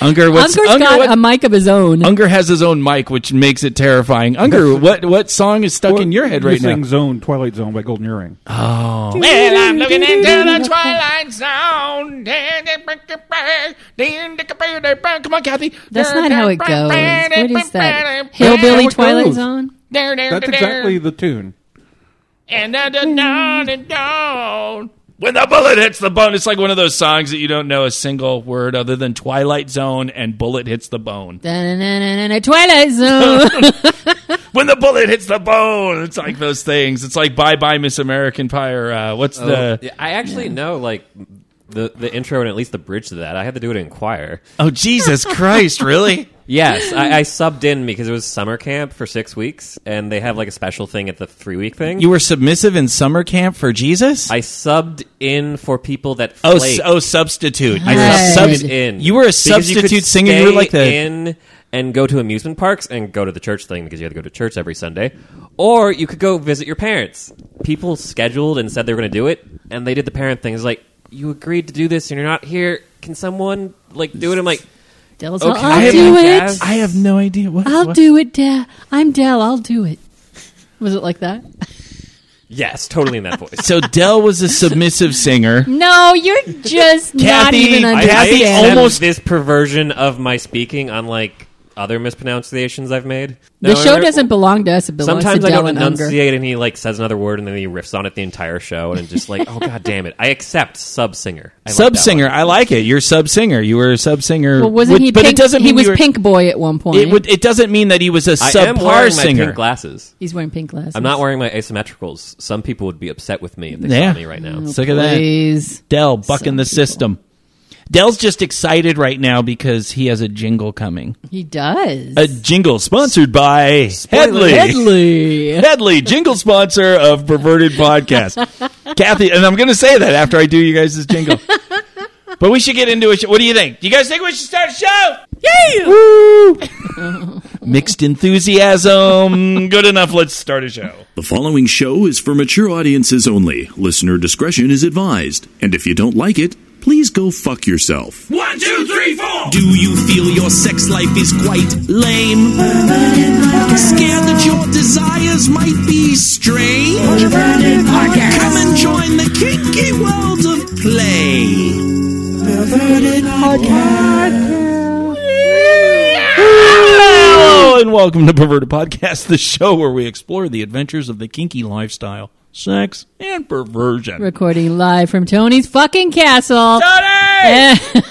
Unger, what's Unger's Unger, got what- a mic of his own. Unger has his own mic, which makes it terrifying. Unger, what what song is stuck in your head right you now? sing Zone, Twilight Zone by Golden Earring. Well, I'm looking into the Twilight Zone. Come on, Kathy. That's not how it goes. What is that? Hillbilly how it Twilight goes. Zone? That's exactly the tune. And uh, da da da da da. When the bullet hits the bone, it's like one of those songs that you don't know a single word other than Twilight Zone and Bullet Hits the Bone. Da-na-na-na-na, Twilight Zone. When the bullet hits the bone, it's like those things. It's like Bye Bye Miss American Pie or uh, what's the Oh, Yeah, I actually know like the the intro and at least the bridge to that. I had to do it in choir. Oh Jesus Christ, really? Yes, I, I subbed in because it was summer camp for six weeks, and they have like a special thing at the three week thing. You were submissive in summer camp for Jesus? I subbed in for people that oh, s- flaked. oh substitute. I Right. subbed Subs- in. You were a Because you could substitute singer. You were stay like the in and go to amusement parks and go to the church thing because you had to go to church every Sunday, or you could go visit your parents. People scheduled and said they were going to do it, and they did the parent thing. It's like you agreed to do this and you're not here. Can someone like do it? I'm like, Dell's Okay. all, I I'll have do no it. jazz. I have no idea what. I'll what- do it, Dell. I'm Dell. I'll do it. Was it like that? yes, totally in that voice. So Dell was a submissive singer. No, you're just not Kathy, even I- I, I Kathy understanding. accept almost- this perversion of my speaking on like other mispronunciations I've made. the No, show there- doesn't belong to us. It belongs Sometimes to I Dell don't and Unger. enunciate, and he like says another word, and then he riffs on it the entire show, and I'm just like, oh god damn it! I accept sub singer, I like that Sub singer, one. I like it. You're sub singer. You were a sub singer. Well, wasn't Would- he? But Pink, it doesn't He mean was you were- Pink Boy at one point. It would. It doesn't mean that he was a I am subpar wearing my singer. pink glasses. He's wearing pink glasses. I'm not wearing my asymmetricals. Some people would be upset with me if they Yeah. saw me right now. So Look at that. Please. Dell bucking Some the people. system. Dell's just excited right now because he has a jingle coming. He does. A jingle sponsored by Headley. Headley. Headley, jingle sponsor of Perverted Podcast. Kathy, and I'm going to say that after I do you guys' this jingle. But we should get into it. What do you think? Do you guys think we should start a show? Yeah! Woo! Mixed enthusiasm. Good enough. Let's start a show. The following show is for mature audiences only. Listener discretion is advised. And if you don't like it, please go fuck yourself. One, two, three, four. Do you feel your sex life is quite lame? Scared that your desires might be strange? Come and join the kinky world of play. Hello, and welcome to Perverted Podcast, the show where we explore the adventures of the kinky lifestyle, sex, and perversion. Recording live from Tony's fucking castle. Eh.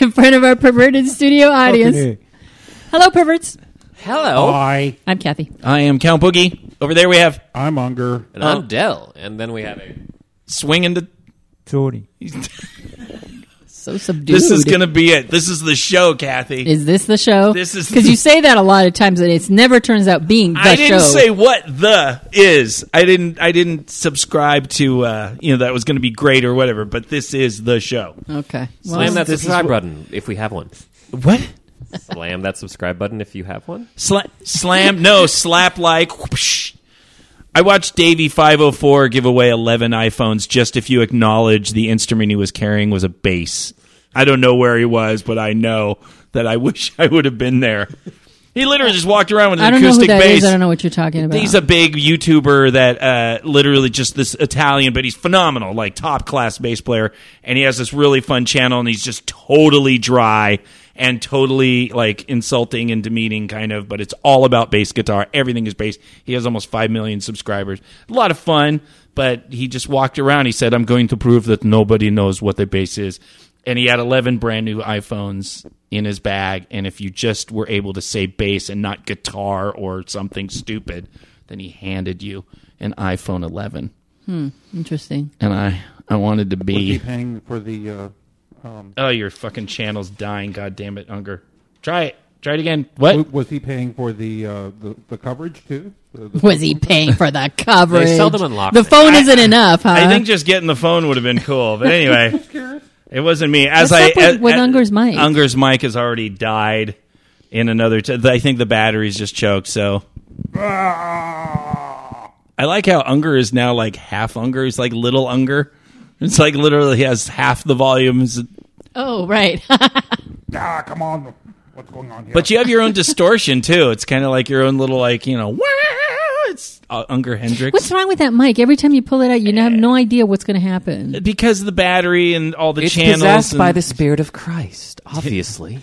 In front of our perverted studio audience. Hello, perverts. Oh, Hello, I, I'm Kathy. I am Count Boogie. Over there we have I'm Unger. and uh, I'm Dell, and then we have a Swinging the Tony. So subdued. This is going to be it. This is the show, Kathy. Is this the show? This is- because you say that a lot of times, and it's never turns out being the I didn't show. say what the is. I didn't. I didn't subscribe to uh, you know that was going to be great or whatever. But this is the show. okay. Well, slam that this is subscribe what- button if we have one. What? Slam that subscribe button if you have one. Sla- slam? No, slap like. whoosh. I watched Davey five hundred four give away eleven iPhones just if you acknowledge the instrument he was carrying was a bass. I don't know where he was, but I know that I wish I would have been there. He literally just walked around with an I don't know who acoustic that is. bass. I don't know what you're talking about. He's a big YouTuber that uh, literally just this Italian, but he's phenomenal, like top class bass player. And he has this really fun channel, and he's just totally dry and totally like insulting and demeaning, kind of. But it's all about bass guitar. Everything is bass. He has almost five million subscribers. A lot of fun, but he just walked around. He said, "I'm going to prove that nobody knows what the bass is." and he had 11 brand new iPhones in his bag. And if you just were able to say bass and not guitar or something stupid, then he handed you an iPhone 11. Interesting. And I, I wanted to Be be. paying for the. Uh, um, Oh, your fucking channel's dying. God damn it, Unger. Try it. Try it again. What? w- was he paying for the uh, the, the coverage too? The- the- Was he paying for the coverage? They seldom unlock The it. phone isn't enough, huh? I think just getting the phone would have been cool. But anyway, it wasn't me. As What's I up with- as- with as- Unger's mic? Unger's mic has already died in another. T- I think the battery's just choked. So Ah, I like how Unger is now like half Unger. He's like little Unger. It's like literally he has half the volumes. oh, right. ah, come on, what's going on here? But you have your own distortion too. It's kind of like your own little like you know. "Wah!" It's uh, Unger Hendrix. What's wrong with that mic? Every time you pull it out, you have no idea what's going to happen. because of the battery and all the It's channels. possessed and- by the Spirit of Christ, obviously.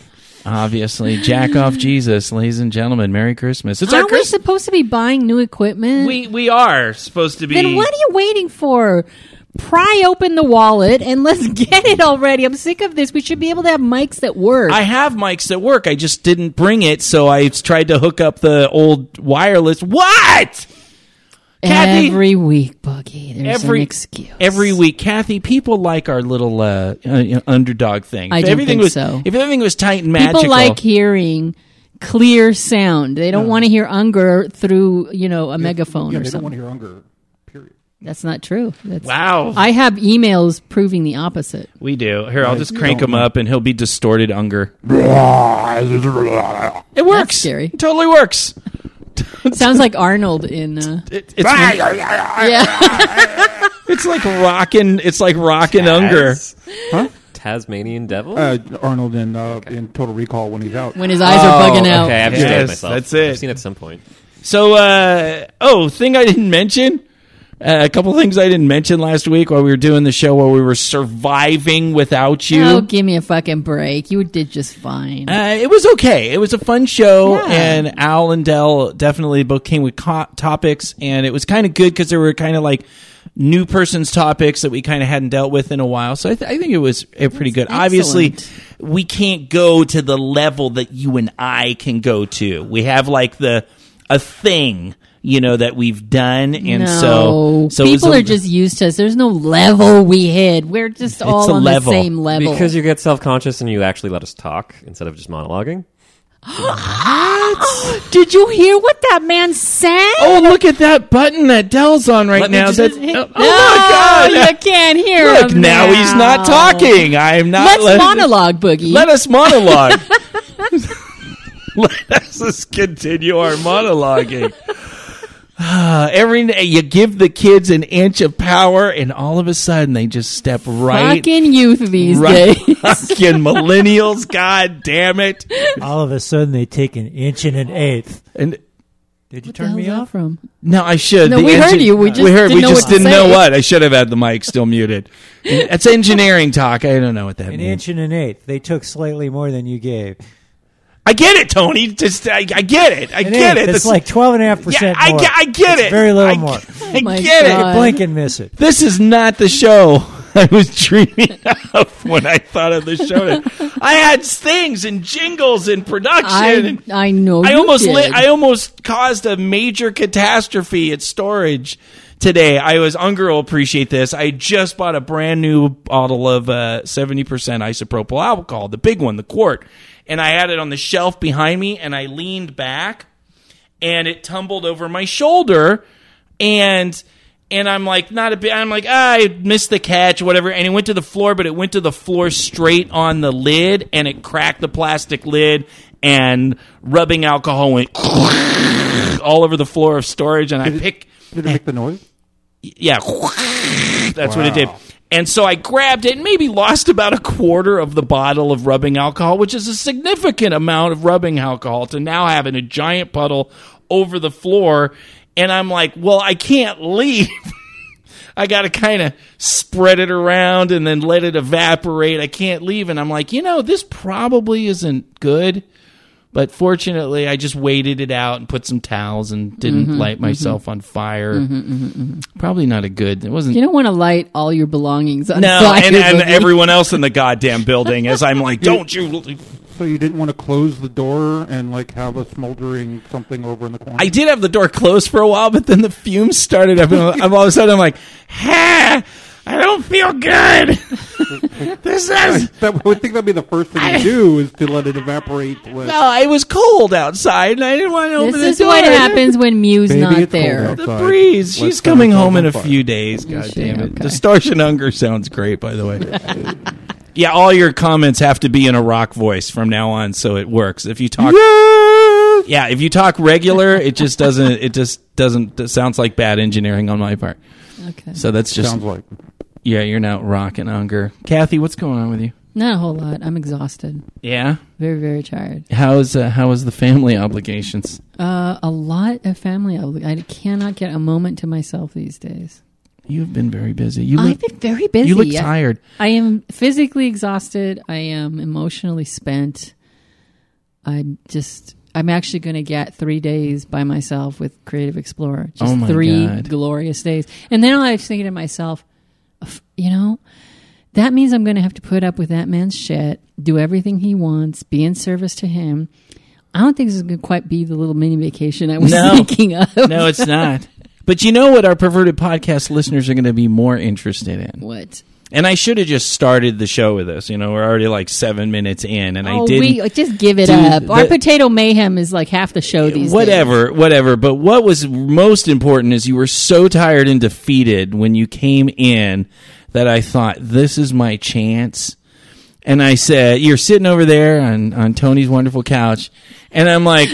obviously, jack off Jesus, ladies and gentlemen. Merry Christmas. It's our Aren't we Christmas. supposed to be buying new equipment? We we are supposed to be. then what are you waiting for? Pry open the wallet and let's get it already. I'm sick of this. We should be able to have mics that work. I have mics at work. I just didn't bring it, so I tried to hook up the old wireless. What? Kathy- every week, Boogie. There's Every an excuse. every week, Kathy. People like our little uh, uh, you know, underdog thing. I if don't everything think was, so. If everything was tight and People magical, like hearing clear sound. They don't want to hear Unger through, you know, a megaphone yeah, or they don't something. want to hear Unger. Period. That's not true. That's, wow, I have emails proving the opposite. we do. Here, I'll just crank him up, and he'll be distorted. Unger. Uh, It works. scary. It totally works. Sounds like Arnold in. Uh, It, it's yeah. it's like rocking. It's like rocking Unger. As- Tasmanian devil? Oh. Uh, Arnold in uh, in Total Recall when he's out. when his eyes are bugging out. Oh, Okay, I've Yes, seen myself. that's it. I've seen it at some point. So, uh, oh, thing I didn't mention. Uh, a couple things I didn't mention last week while we were doing the show, while we were surviving without you. Oh, give me a fucking break. You did just fine. Uh, it was okay. It was a fun show, Yeah. and Al and Dell definitely both came with co- topics, and it was kind of good because there were kind of like new person's topics that we kind of hadn't dealt with in a while. So I, th- I think it was uh, pretty good. Obviously, excellent. we can't go to the level that you and I can go to. We have like the a thing, you know, that we've done, and so no. so it was people a- are just used to us. There's no level we hit. We're just all a on level. the same level. Because you get self conscious and you actually let us talk instead of just monologuing. Did you hear what that man said? Oh, look at that button that Dell's on right Let me now. just- That's, oh, no, oh my god! you can't hear Look, him now he's not talking. I am not. Um, Let's let- monologue, Boogie. Let us monologue. let us just continue our monologuing. Ah, Every day you give the kids an inch of power, and all of a sudden they just step right, Fucking youth these right, days. fucking millennials. God damn it! All of a sudden, they take an inch and an eighth. And Did you Where the turn hell's me that off? from? no, I should. No, we heard you. We just heard. didn't we know just what to didn't say. know what. I should have had the mic still muted. That's engineering talk. I don't know what that An means. inch and an eighth. They took slightly more than you gave. I get it, Tony. Just I, I get it. I An get eighth, it. It's This- like twelve and a half percent I more. get- I get It's it. Very little I more. I Oh my get God. it. Blink and miss it. This is not the show I was dreaming of when I thought of the show. I had things and jingles and production. I, and I know. I you almost did. lit, I almost caused a major catastrophe at storage today. I was Unger will appreciate this. I just bought a brand new bottle of uh, seventy percent isopropyl alcohol, the big one, the quart, and I had it on the shelf behind me, and I leaned back, and it tumbled over my shoulder, and. And I'm like, not a bit. I'm like, ah, I missed the catch, whatever. And it went to the floor, but it went to the floor straight on the lid, and it cracked the plastic lid. And rubbing alcohol went all over the floor of storage, and I pick, Did it make the noise? yeah, that's what it did. And so I grabbed it and maybe lost about a quarter of the bottle of rubbing alcohol, which is a significant amount of rubbing alcohol to now having a giant puddle over the floor. And I'm like, well, I can't leave. I got to kind of spread it around and then let it evaporate. I can't leave. And I'm like, you know, this probably isn't good. But fortunately, I just waited it out and put some towels and didn't light myself on fire. Probably not a good. It wasn't. You don't want to light all your belongings on no, fire. and, and Boogie. everyone else in the goddamn building as I'm like, don't you. So you didn't want to close the door and like have a smoldering something over in the corner. I did have the door closed for a while, but then the fumes started up, and I'm all of a sudden I'm like, ha! I don't feel good. this is. That, I would think that'd be the first thing to do is to let it evaporate. With, No, it was cold outside, and I didn't want to open the This is door. what happens when Mew's Baby, not it's there. cold The outside. breeze. Let's She's turn coming the home in a fire. few days. God she? damn it. Okay. Distortion Hunger sounds great, by the way. yeah, all your comments have to be in a rock voice from now on, so it works. If you talk, yeah, if you talk regular, it just doesn't. It just doesn't. It sounds like bad engineering on my part. Okay. So that's just Sounds like yeah. You're not rocking Hunger, Kathy. What's going on with you? Not a whole lot. I'm exhausted. Yeah. Very, very tired. How's uh, how is the family obligations? Uh, a lot of family. obli- I cannot get a moment to myself these days. You've been very busy. You look I've been very busy. you look I- tired. I am physically exhausted. I am emotionally spent. I'm just. I'm actually going to get three days by myself with Creative Explorer. Just Oh my three God. glorious days. And then I was thinking to myself, "F- you know, that means I'm going to have to put up with that man's shit, do everything he wants, be in service to him. I don't think this is going to quite be the little mini vacation I was No. thinking of. No, it's not. But you know what our perverted podcast listeners are going to be more interested in. What? And I should have just started the show with this. You know, we're already like seven minutes in, and I oh, didn't. we just give it Dude, up. the- Our potato mayhem is like half the show these days. whatever, whatever. But what was most important is you were so tired and defeated when you came in that I thought this is my chance. And I said, "You're sitting over there on on Tony's wonderful couch," and I'm like.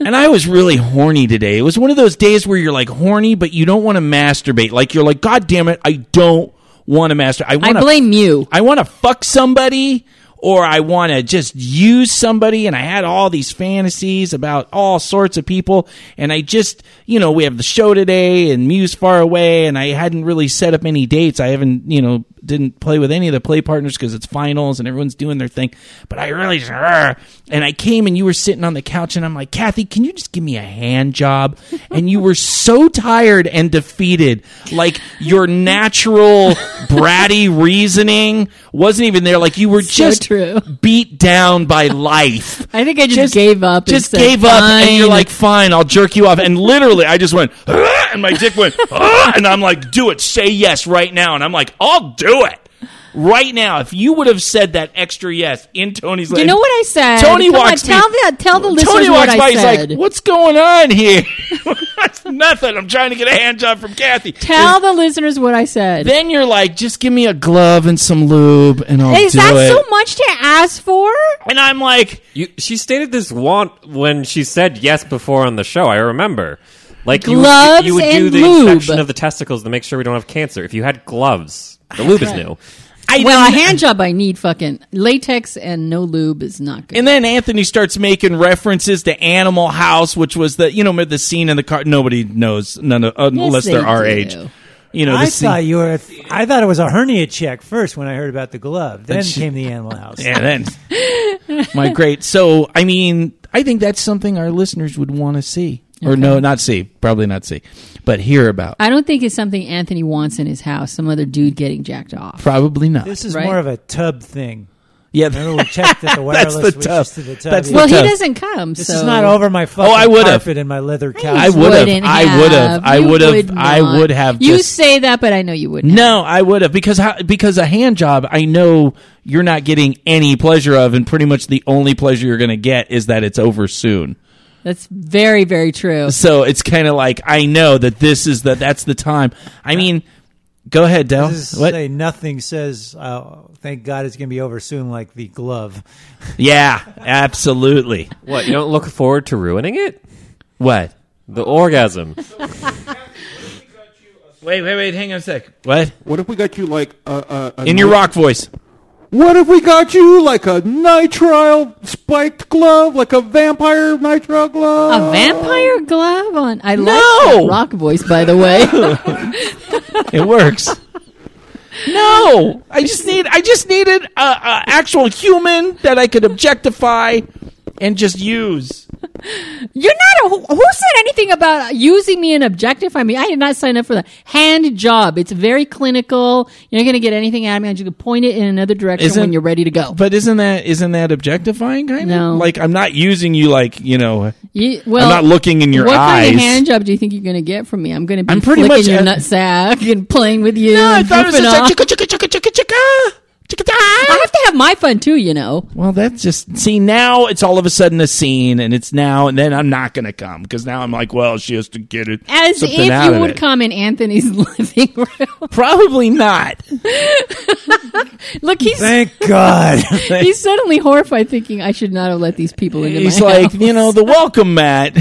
And I was really horny today. It was one of those days where you're like horny, but you don't want to masturbate. Like you're like, God damn it, I don't want to masturbate. I, I wanna blame you. I want to fuck somebody or I want to just use somebody. And I had all these fantasies about all sorts of people. And I just, you know, we have the show today and Muse Far Away. And I hadn't really set up any dates. I haven't, you know, didn't play with any of the play partners because it's finals and everyone's doing their thing. But I really just, "Argh." and I came and you were sitting on the couch and I'm like, Kathy, can you just give me a hand job? And you were so tired and defeated. Like your natural bratty reasoning wasn't even there. Like you were just true. beat down by life. I think I just gave up and Just said, gave up, and you're "Fine." like, "Fine, I'll jerk you off." And literally, I just went, "Ah," and my dick went, "Ah," and I'm like, "Do it, say yes right now." And I'm like, "I'll do it right now." If you would have said that extra yes in Tony's, You know what I said? Tony Come on, walks. tell me- the- tell the listeners Tony what walks I by. He's said. like, "What's going on here?" It's Nothing. I'm trying to get a hand job from Kathy. Tell the listeners what I said. then you're like, "Just give me a glove and some lube, and I'll Is do that it." so much to ask for? and I'm like. You, she stated this want when she said yes before on the show. I remember. Like Gloves you would, you would and do the lube. inspection of the testicles to make sure we don't have cancer. If you had gloves, the lube is new. I Well, a didn't- hand job I need fucking latex and no lube is not good. And then Anthony starts making references to Animal House, which was the you know the scene in the car. Nobody knows none of, uh, unless they they're our do. age. You know, the I scene. thought you were. I thought it was a hernia check first when I heard about the glove. Then came the animal house. yeah, then my great. So I mean, I think that's something our listeners would want to see, or no, not see, probably not see, but hear about. I don't think it's something Anthony wants in his house. Some other dude getting jacked off. Probably not. This is Right. more of a tub thing. yeah. Remember we checked that the That's wireless the was tub. just to the tub. That's yeah. Well, he tough. doesn't come. this so is not over my fucking I would've. carpet and my leather couch. I would have. wouldn't I would have. I You would have. I not. would have. You just- say that, but I know you wouldn't. No, I would have because how, because a hand job I know you're not getting any pleasure of, and pretty much the only pleasure you're going to get is that it's over soon. That's very, very true. So it's kind of like I know that this is the that's the time. I mean, go ahead, Dell. This is What? say nothing says. Uh, thank God it's going to be over soon. Like the glove. Yeah, absolutely. What you don't look forward to ruining it? What? The orgasm. Wait, wait, wait. Hang on a sec. What? What if we got you like a, a, a In your rock voice. What if we got you like a nitrile spiked glove, like a vampire nitrile glove? A vampire glove on. I like No! that rock voice, by the way. It works. no, I just need I just needed a, a actual human that I could objectify and just use. You're not. A, who, who said anything about using me and objectifying me? I did not sign up for that hand job. It's very clinical. You're not going to get anything out of me. You can point it in another direction Isn't- when you're ready to go. But isn't that isn't that objectifying kind of? No. Like I'm not using you like, you know, You- well, I'm not looking in your what eyes. kind of hand job do you think you're going to get from me? I'm going to be I'm pretty flicking much your at- nutsack and playing with you. No, I and thought it was goofing just off. like chicka chicka chicka chicka chicka chicka I da. have to have my fun too, you know. Well, that's just see now it's all of a sudden a scene and it's now and then I'm not going to come because now I'm like, well, she has to get it As something if out you of would it. come in Anthony's living room. Probably not. Look, he's Thank God. he's suddenly horrified, thinking I should not have let these people into He's my like, house. you know, the welcome mat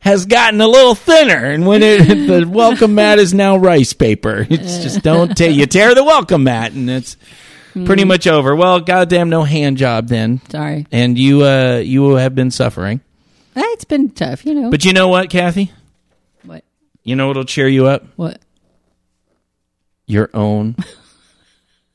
has gotten a little thinner, and when it, the welcome mat is now rice paper, it's just don't tear you tear the welcome mat, and it's Pretty Hmm. much over. Well, goddamn, no hand job then. Sorry. And you, uh, you have been suffering. Eh, It's been tough, you know. But you know what, Kathy? what? You know what'll cheer you up? What? Your own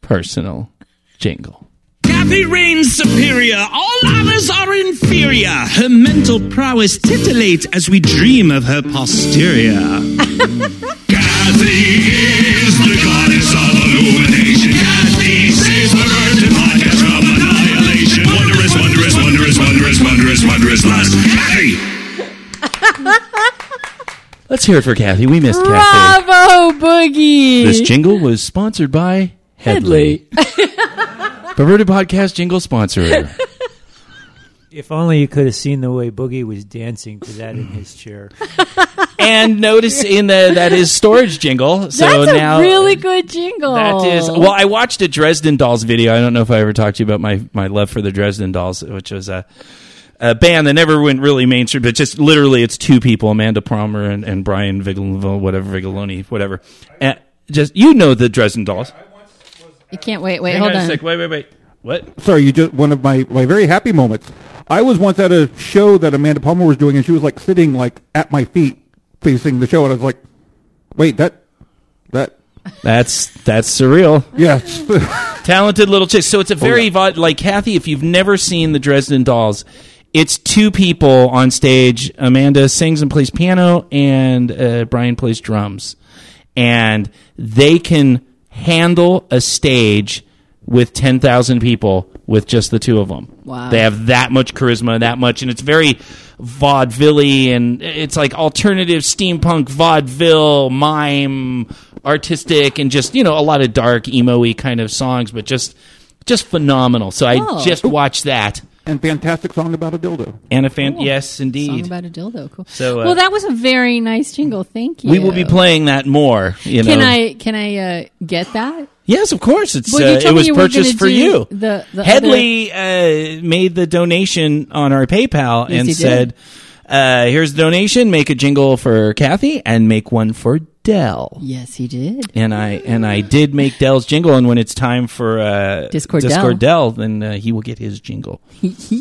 personal jingle. Kathy reigns superior. All others are inferior. Her mental prowess titillates as we dream of her posterior. Kathy is the goddess of illumination. Kathy saves the virgin podcast from annihilation. Wondrous, wondrous, wondrous, wondrous, wondrous, wondrous lust. Kathy! Let's hear it for Kathy. We missed Kathy. Bravo, Boogie. This jingle was sponsored by Headley. Perverted Podcast Jingle Sponsor. If only you could have seen the way Boogie was dancing to that in his chair. and notice in the that is storage jingle. So That's now a really good jingle. That is well. I watched a Dresden Dolls video. I don't know if I ever talked to you about my my love for the Dresden Dolls, which was a a band that never went really mainstream, but just literally it's two people: Amanda Palmer and, and Brian Vigil, whatever Vigiloni, whatever. And just you know the Dresden Dolls. You can't wait. Wait, Hang hold on a on. sec. Wait, wait, wait. What? Sorry, you just one of my, my very happy moments. I was once at a show that Amanda Palmer was doing, and she was like sitting like at my feet, facing the show, and I was like, "Wait, that, that, That's that's surreal. yes, talented little chick. So it's a very vod- like Kathy. If you've never seen the Dresden Dolls, it's two people on stage. Amanda sings and plays piano, and uh, Brian plays drums, and they can handle a stage with ten thousand people with just the two of them. Wow. They have that much charisma, that much, and it's very vaudeville and it's like alternative steampunk vaudeville mime artistic and just you know a lot of dark emo-y kind of songs but just just phenomenal so i Oh. just watched that and fantastic song about a dildo." and a fan Cool. yes Song indeed about a dildo. Cool. So, uh, well, that was a very nice jingle. Thank you. we will be playing that more you know Can I can I uh, get that? yes of course it's Well, you uh, it told me was you were purchased gonna for do you the- the headley uh, made the donation on our paypal Yes, and he did. said uh, here's the donation make a jingle for kathy and make one for dell Yes, he did. and I and I did make Dell's jingle, and when it's time for uh, Discord Dell, then uh, he will get his jingle.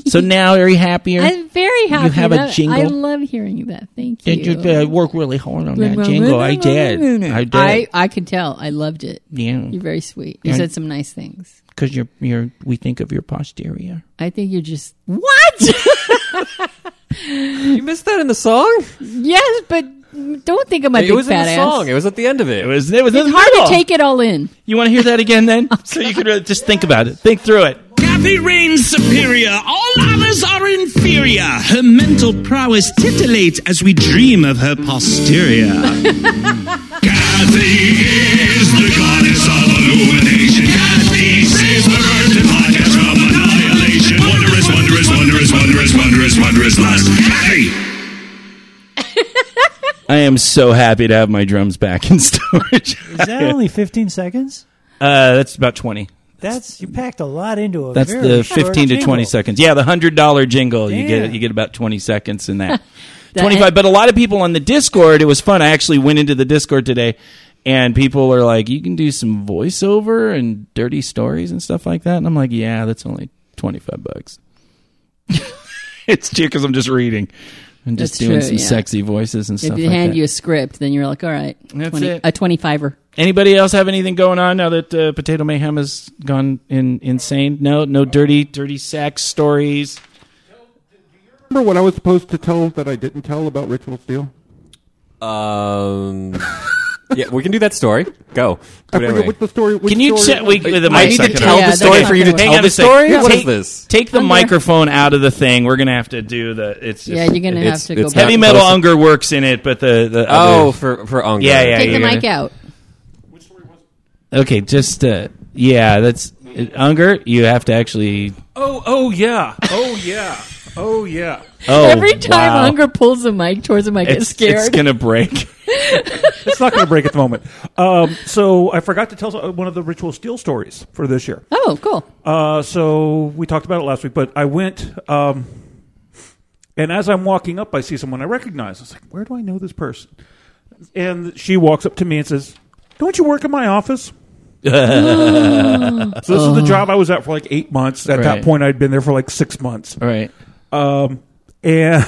so now are you happier? I'm very happy. have a that- jingle? I love hearing that. Thank you. did you uh, work really hard on that jingle? I did. I did. Mm. I, I could tell. I loved it. yeah, You're very sweet. You Yeah. said some nice things. because you're you're. We think of your posterior. I think you're just what? You missed that in the song? yes, but don't think of my it big was in fat the ass. song. It was at the end of it. It was. It was in It's the hard middle. to take Oh, it all in. you want to hear that again, then, so you can really just think about it. Think through it. Kathy reigns superior. All others are inferior. Her mental prowess titillates as we dream of her posterior. Kathy is the goddess of illumination. Kathy saves the virgin podcast from annihilation. Wondrous, wondrous, wondrous, wondrous, wondrous, wondrous lust. Kathy! I am so happy to have my drums back in storage. Is that only 15 seconds? uh, that's about twenty. That's you packed a lot into a. That's very the short fifteen to twenty jingle. seconds. Yeah, the hundred dollar jingle. You get Yeah. you get about twenty seconds in that. That- twenty five. But a lot of people on the Discord. It was fun. I actually went into the Discord today, and people are like, "You can do some voiceover and dirty stories and stuff like that." And I'm like, "Yeah, that's only twenty five bucks." it's cheap because I'm just reading. and just That's doing true, some yeah. sexy voices and If stuff they like hand that. you a script, then you're like, all right, That's 20, it. a 25er. Anybody else have anything going on now that uh, Potato Mayhem has gone in insane? No, no dirty, dirty sex stories. Remember what I was supposed to tell that I didn't tell about Ritual Steel? Um, yeah, we can do that story. Go. Do I it forget anyway. what the story. Which Can you story check? Wait, the I mic need to second. tell Yeah, the story that's for you to not Hang tell on the a sec. story? Take, What is this? Take the Under. microphone out of the thing. We're gonna have to do the. It's, Yeah, it's- you're gonna it's- have to go it's back. heavy not metal. close. Unger works in it, but the the Oh, other- for for Unger. Yeah, yeah, Take the you're mic gonna- out. Oh. okay, just uh, yeah, that's uh, Unger. You have to actually. Oh, oh yeah, oh yeah, oh yeah. Oh, Every time wow. Unger pulls the mic towards him, I get it's, scared. it's gonna break. It's not going to break at the moment. Um, so I forgot to tell uh, one of the ritual steel stories for this year. oh, cool. Uh, so we talked about it last week, but I went, um, and as I'm walking up, I see someone I recognize. I was like, "Where do I know this person?" And she walks up to me and says, "Don't you work in my office?" So this is the job I was at for like eight months. At Right. that point, I'd been there for like six months. Right. Um, and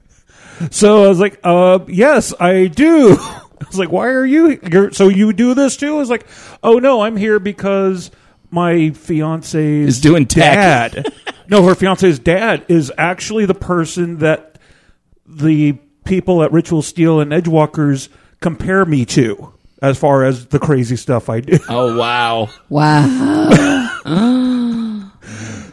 so I was like, uh, yes, I do. I was like, why are you here? So you do this too? I was like, oh no, I'm here because my fiance's Is doing tech. dad. no, her fiance's dad is actually the person that the people at Ritual Steel and Edgewalkers compare me to as far as the crazy stuff I do. Oh wow. Wow.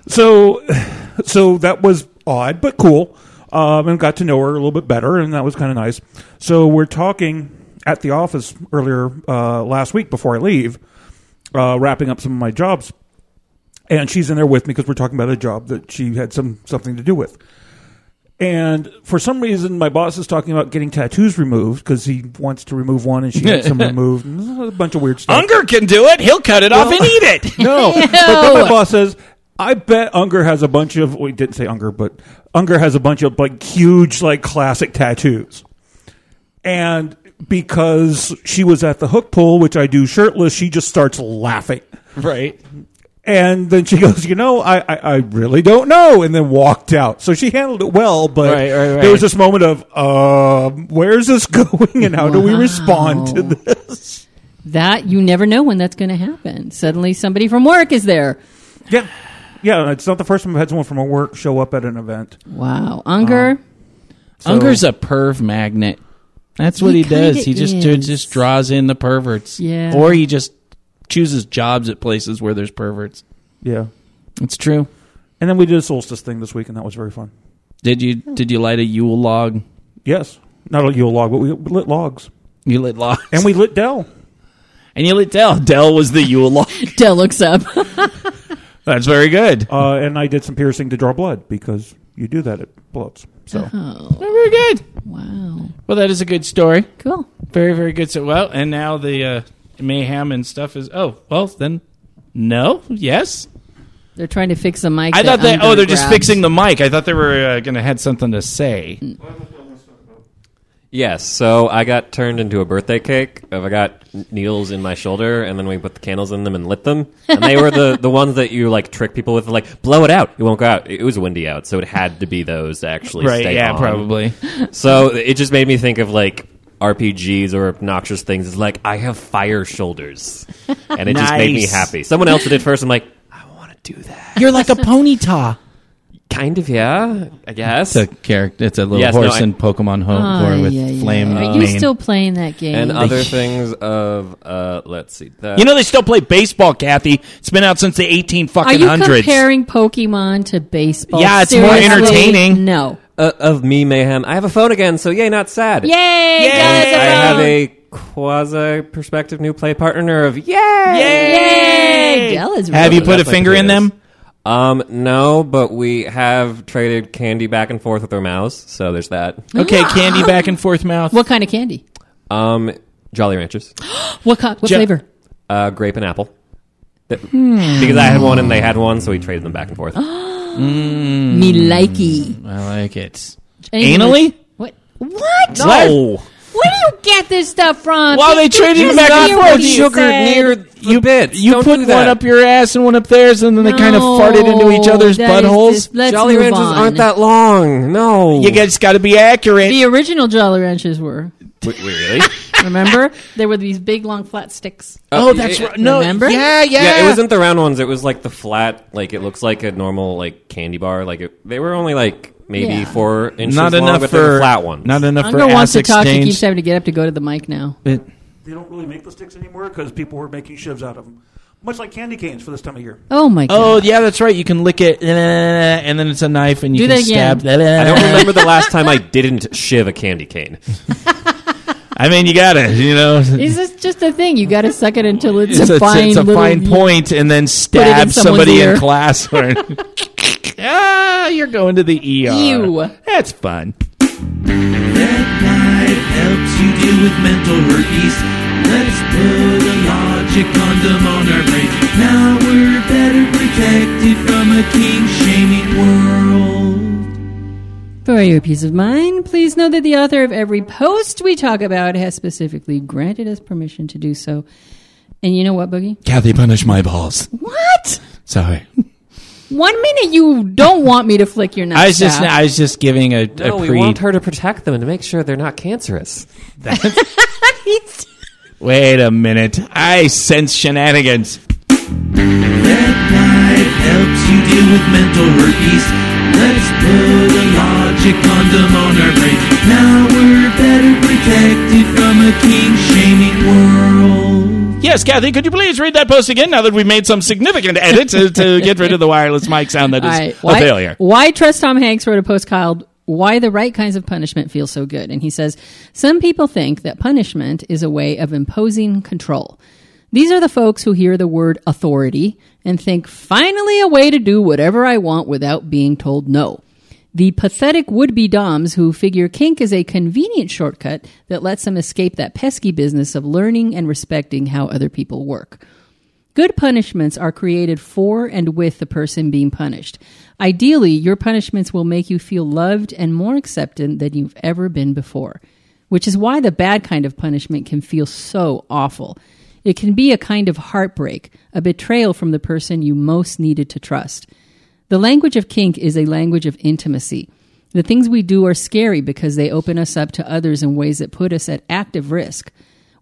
so so that was odd but cool um, and got to know her a little bit better and that was kind of nice so we're talking at the office earlier uh, last week before i leave uh, wrapping up some of my jobs and she's in there with me because we're talking about a job that she had some something to do with and for some reason my boss is talking about getting tattoos removed because he wants to remove one and she had some removed and a bunch of weird stuff Unger can do it. He'll cut it off and eat it. no. But then my boss says, I bet Unger has a bunch of, we didn't say Unger, but Unger has a bunch of like huge, like classic tattoos. And because she was at the hook pull, which I do shirtless, she just starts laughing. Right. And then she goes, you know, I, I, I really don't know, and then walked out. So she handled it well, but Right, right, right. there was this moment of, um, where's this going, and how do we respond to Wow. this? that you never know when that's going to happen. Suddenly, somebody from work is there. Yeah, yeah. It's not the first time I've had someone from my work show up at an event. Wow, Unger. Um, Unger's a perv magnet. That's what He he, does. kinda He just is. just draws in the perverts. Yeah. Or he just chooses jobs at places where there's perverts. Yeah. It's true. And then we did a solstice thing this week, and that was very fun. Did you did you light a Yule log? Yes, not a Yule log, but we lit logs, You lit logs. and we lit Dell. And you let Dell. Dell was the Yule log. Dell looks up. That's very good. Uh, and I did some piercing to draw blood because you do that at bloods. So Uh-huh. Very good. wow, Well, that is a good story. cool. Very very good. So well, and now the uh, mayhem and stuff is. Oh well, then no, yes. They're trying to fix the mic. I thought they. Unger Oh, they're just grabs. fixing the mic. I thought they were uh, going to had something to say. Yes, so I got turned into a birthday cake. I got needles in my shoulder, and then we put the candles in them and lit them. And they were the, the ones that you like trick people with, like blow it out, it won't go out. It was windy out, so it had to be those to actually Right. stay Yeah. on. Probably. So it just made me think of like RPGs or obnoxious things. It's like I have fire shoulders, and it just made me Nice. happy. Someone else did it first. I'm like, I want to do that. You're like a ponyta. Kind of, yeah, I guess. It's a character. It's a little Yes, no, horse I- in Pokemon Home Oh, with yeah, yeah. flame. Are you mane. still playing that game? and other things of uh, let's see that You know they still play baseball, Kathy. It's been out since the eighteen Are fucking you hundreds. comparing Pokemon to baseball? Yeah, it's more Seriously? entertaining. No. uh, of me mayhem. I have a phone again, so yay, not sad. Yay! And guys, I have everyone. a quasi perspective new play partner of yay. Yay! Dell is Have really- you put a That's like finger in it is. them? Um, no, but we have traded candy back and forth with our mouths, so there's that. Okay, candy back and forth mouth. What kind of candy? Um, Jolly Ranchers, What co- what Je- flavor? uh, grape and apple. Th- Hmm. Because I had one and they had one, so we traded them back and forth. Oh, Me likey. I like it. Anything Anally? with- What? What? No. Where do you get this stuff from? Well, they You traded just back and hear forth. what he Sugar said. Near the you, bits. You Don't put do one that. up your ass and one up theirs, and then they kind of No, farted into each other's that is buttholes. just- let's Jolly move Ranchers on. aren't that long. No, You guys got to be accurate. The original Jolly Ranchers were. Wait, wait, really? Remember, there were these big, long, flat sticks. Uh, Oh, yeah, No. Remember? Yeah, yeah. Yeah, it wasn't the round ones. It was like the flat, like it looks like a normal like candy bar. Like it, they were only like maybe Yeah. four inches not long, enough but they for were flat ones. Not enough Unger for wants to ass talk. He exchange. keeps having to get up to go to the mic now. they don't really make the sticks anymore because people were making shivs out of them, much like candy canes for this time of year. Oh my god! Oh yeah, that's right. You can lick it, and then it's a knife, and you Do can that again. stab. That. I don't remember the last time I didn't shiv a candy cane. I mean, you got to, you know. Is this just a thing? You got to suck it until it's, It's a, a, fine it's a little- fine point, and Put it then in stab someone's somebody ear. in class. Or, ah, you're going to the ER. Ew. That's fun. It helps you deal with mental herpes. Let's put a logic condom on our brain. Now we're better protected from a king shaming world. For your peace of mind, please know that the author of every post we talk about has specifically granted us permission to do so. And you know what, Boogie? Kathy punished my balls. What? Sorry. One minute you don't want me to flick your nuts I was just out. I was just giving a, No, a we pre. want her to protect them and to make sure they're not cancerous. Wait a minute. I sense shenanigans. It helps you deal with mental herpes. Let's put a logic condom on our brain. Now we're better protected from a king shaming world. Yes, Kathy, could you please read that post again now that we've made some significant edit to, to get rid of the wireless mic sound that All is right. a failure? Why Trust Tom Hanks wrote a post called Why the Right Kinds of Punishment Feel So Good. And he says, Some people think that punishment is a way of imposing control. These are the folks who hear the word authority and think, finally, a way to do whatever I want without being told no. The pathetic would be Doms who figure kink is a convenient shortcut that lets them escape that pesky business of learning and respecting how other people work. Good punishments are created for and with the person being punished. Ideally, your punishments will make you feel loved and more accepted than you've ever been before, which is why the bad kind of punishment can feel so awful. It can be a kind of heartbreak, a betrayal from the person you most needed to trust. The language of kink is a language of intimacy. The things we do are scary because they open us up to others in ways that put us at active risk.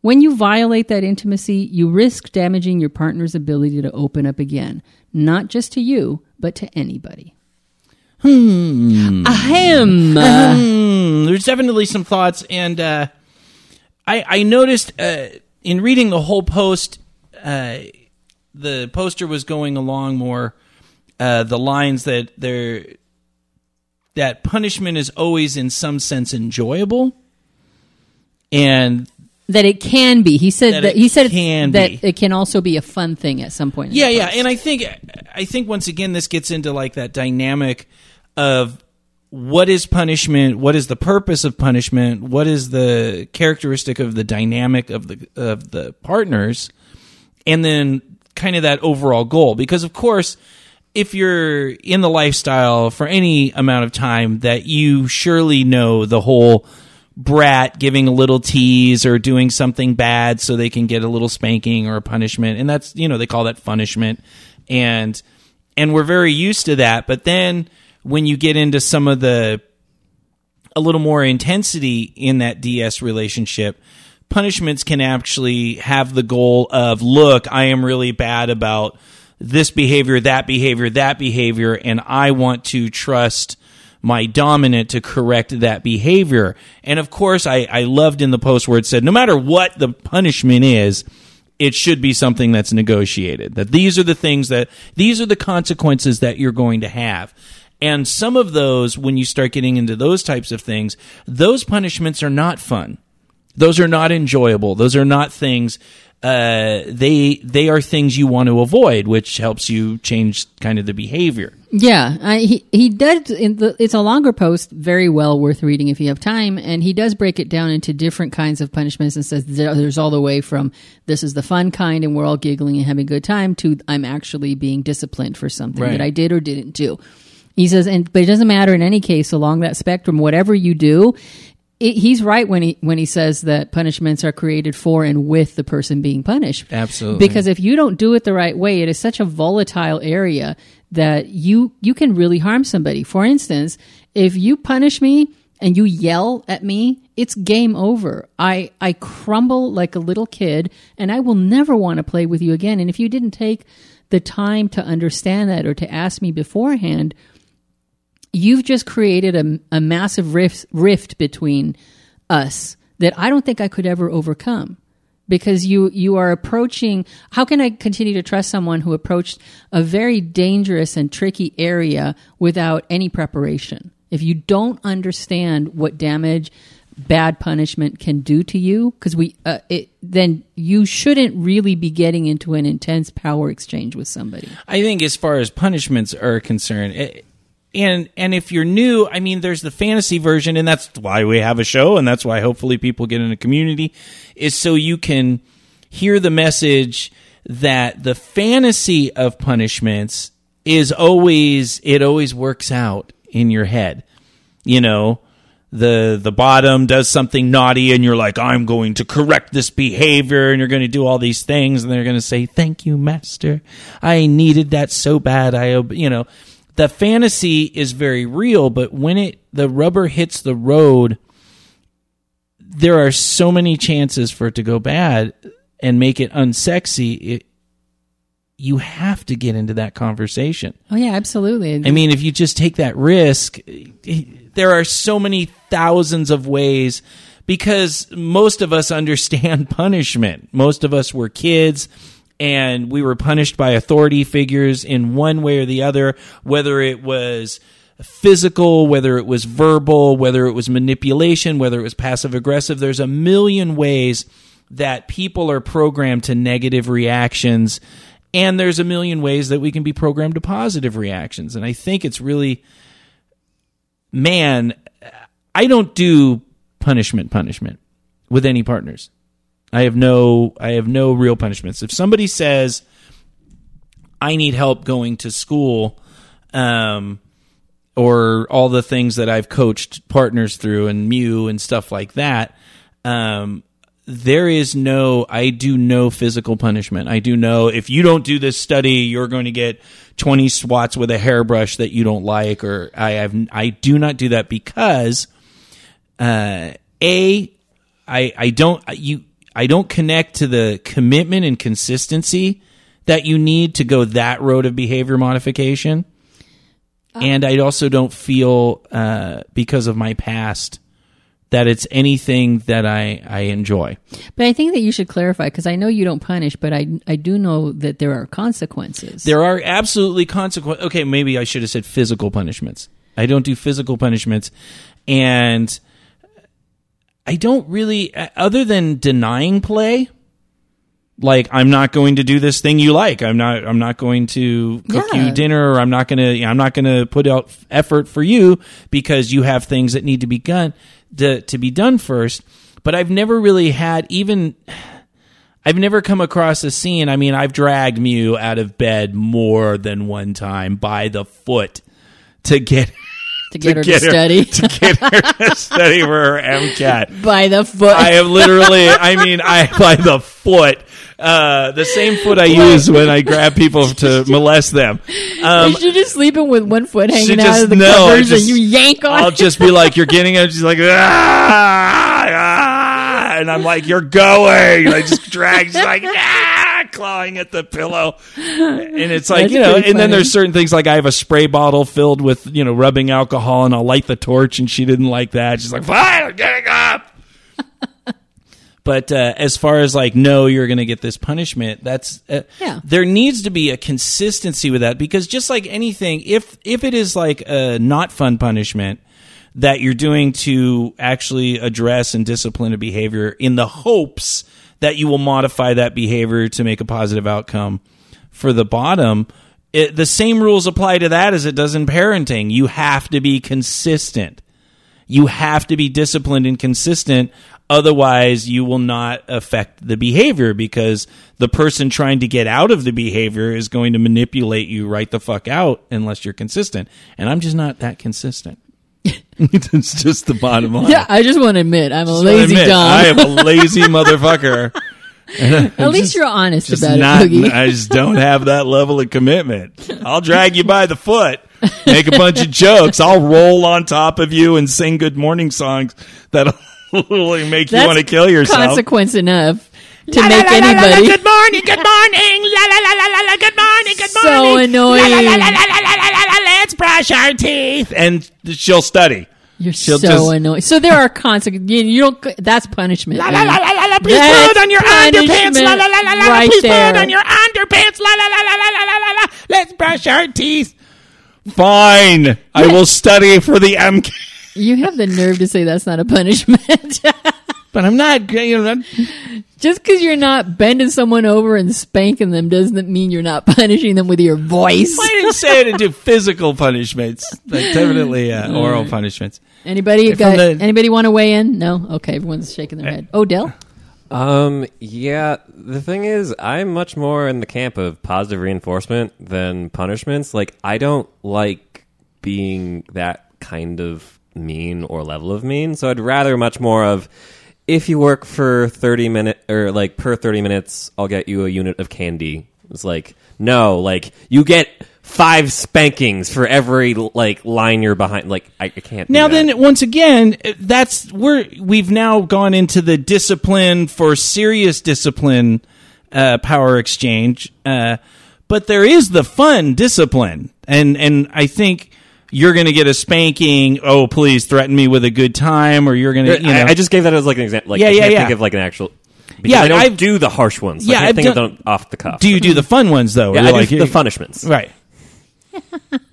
When you violate that intimacy, you risk damaging your partner's ability to open up again, not just to you, but to anybody. Hmm. Ahem. Hmm, there's definitely some thoughts, and uh, I I noticed uh, in reading the whole post, uh, the poster was going along more uh, the lines that there that punishment is always in some sense enjoyable, and that it can be. He said That that, it he said can it's, that be. it can also be a fun thing at some point. in yeah the yeah process. and i think i think once again this gets into like that dynamic of what is punishment what is the purpose of punishment what is the characteristic of the dynamic of the of the partners and then kind of that overall goal because of course if you're in the lifestyle for any amount of time that you surely know the whole brat giving a little tease or doing something bad so they can get a little spanking or a punishment and that's you know they call that punishment and and we're very used to that but then when you get into some of the a little more intensity in that DS relationship, punishments can actually have the goal of look, I am really bad about this behavior, that behavior, that behavior, and I want to trust my dominant to correct that behavior. And of course, I, I loved in the post where it said, no matter what the punishment is, it should be something that's negotiated. That these are the things that these are the consequences that you're going to have. And some of those, when you start getting into those types of things, those punishments are not fun. Those are not enjoyable. Those are not things. Uh, they they are things you want to avoid, which helps you change kind of the behavior. Yeah, I, he he does. In the, it's a longer post, very well worth reading if you have time. And he does break it down into different kinds of punishments and says there, there's all the way from this is the fun kind and we're all giggling and having a good time to I'm actually being disciplined for something Right. that I did or didn't do. He says, and but it doesn't matter in any case along that spectrum. Whatever you do, it, he's right when he when he says that punishments are created for and with the person being punished. Absolutely. Because if you don't do it the right way, it is such a volatile area that you you can really harm somebody. For instance, if you punish me and you yell at me, it's game over. I I crumble like a little kid and I will never want to play with you again. And if you didn't take the time to understand that or to ask me beforehand, you've just created a, a massive rift, rift between us that I don't think I could ever overcome because you you are approaching how can I continue to trust someone who approached a very dangerous and tricky area without any preparation if you don't understand what damage bad punishment can do to you because we uh, it, then you shouldn't really be getting into an intense power exchange with somebody I think as far as punishments are concerned, it, and and if you're new, I mean, there's the fantasy version, and that's why we have a show, and that's why hopefully people get in a community, is so you can hear the message that the fantasy of punishments is always it always works out in your head, you know. the the bottom does something naughty and you're like I'm going to correct this behavior and you're going to do all these things and they're going to say thank you master I needed that so bad I ob-" you know the fantasy is very real but when it the rubber hits the road there are so many chances for it to go bad and make it unsexy it, you have to get into that conversation Oh yeah, absolutely. I mean, if you just take that risk, there are so many thousands of ways because most of us understand punishment. Most of us were kids and we were punished by authority figures in one way or the other, whether it was physical, whether it was verbal, whether it was manipulation, whether it was passive aggressive. There's a million ways that people are programmed to negative reactions and there's a million ways that we can be programmed to positive reactions and i think it's really man i don't do punishment punishment with any partners i have no i have no real punishments if somebody says i need help going to school um or all the things that I've coached partners through and Mew and stuff like that, um, there is no, I do no physical punishment. I do no, if you don't do this study, you're going to get 20 swats with a hairbrush that you don't like, or I have, I do not do that because, uh, a, I, I don't, you, I don't connect to the commitment and consistency that you need to go that road of behavior modification and I also don't feel uh, because of my past that it's anything that I I enjoy. But I think that you should clarify because I know you don't punish, but I I do know that there are consequences. There are absolutely consequences. Okay, maybe I should have said physical punishments. I don't do physical punishments, and I don't really uh, other than denying play. Like I'm not going to do this thing you like. I'm not. I'm not going to cook Yeah. you dinner, or I'm not gonna. I'm not gonna put out effort for you because you have things that need to be done to, to be done first. But I've never really had even I've never come across a scene. I mean, I've dragged Mew out of bed more than one time by the foot to get to get her to study to get her to study for her MCAT. by the foot. I have literally, I mean, I by the foot, uh, the same foot I use when I grab people to molest them. Um, She's just sleeping with one foot she hanging out of the no, I covers, just- and you yank on. I'll it. just be like, "You're getting it." She's like, ah, ah," and I'm like, "You're going." And I just drag. She's like, ah, clawing at the pillow, and it's like That's you know. And pretty then funny. there's certain things like I have a spray bottle filled with you know rubbing alcohol, and I'll light the torch, and she didn't like that. She's like, "Fine, I'm getting up." But uh, as far as like, no, you're going to get this punishment. That's uh, Yeah. There needs to be a consistency with that because just like anything, if if it is like a not fun punishment that you're doing to actually address and discipline a behavior in the hopes that you will modify that behavior to make a positive outcome for the bottom. It, the same rules apply to that as it does in parenting. You have to be consistent. You have to be disciplined and consistent. Otherwise, you will not affect the behavior because the person trying to get out of the behavior is going to manipulate you right the fuck out unless you're consistent. And I'm just not that consistent. it's just the bottom line. yeah, I just want to admit I'm a Just lazy admit, dom. I am a lazy motherfucker. At least you're honest Just about not, it, Boogie. I just don't have that level of commitment. I'll drag you by the foot, make a bunch of jokes. I'll roll on top of you and sing good morning songs that'll literally make you That's want to kill yourself. Consequence enough to make anybody good morning, good morning, la la la la la la. Good morning, good morning. so La la la la annoying. la la la la la. Let's brush our teeth. and she'll study. You're She'll so just- annoying. So there are consequences. You, you don't. That's punishment. La la la man. la la la. Please That's put it on your underpants. La la la la la. la. punishment right Please there. put it on your underpants. La la la la la la la la. la. Let's brush our teeth. Fine, I will study for the MK. You have the nerve to say that's not a punishment. But I'm not. You know, I'm- Just because you're not bending someone over and spanking them doesn't mean you're not punishing them with your voice. I didn't say I didn't do physical punishments, but definitely uh, oral punishments. Anybody From got, the- Uh, anybody want to weigh in? No. Okay, everyone's shaking their head. Oh, Odell, Um, yeah, the thing is, I'm much more in the camp of positive reinforcement than punishments. Like, I don't like being that kind of mean or level of mean. So I'd rather much more of if you work for 30 minute or like per 30 minutes, I'll get you a unit of candy. It's like, no, like you get five spankings for every like line you're behind. Like I, I can't. do Now that. then, once again, that's we're we've now gone into the discipline for serious discipline uh, power exchange, uh, but there is the fun discipline, and and I think you're going to get a spanking. Oh, please threaten me with a good time, or you're going to. You know, I, I just gave that as like an example. Like, Yeah, I yeah, can't yeah. think of like an actual. Because Yeah, I don't I've- do the harsh ones. Yeah, I can't I've think done- of them off the cuff. do you do the fun ones though? Yeah, You're I do the punishments. right?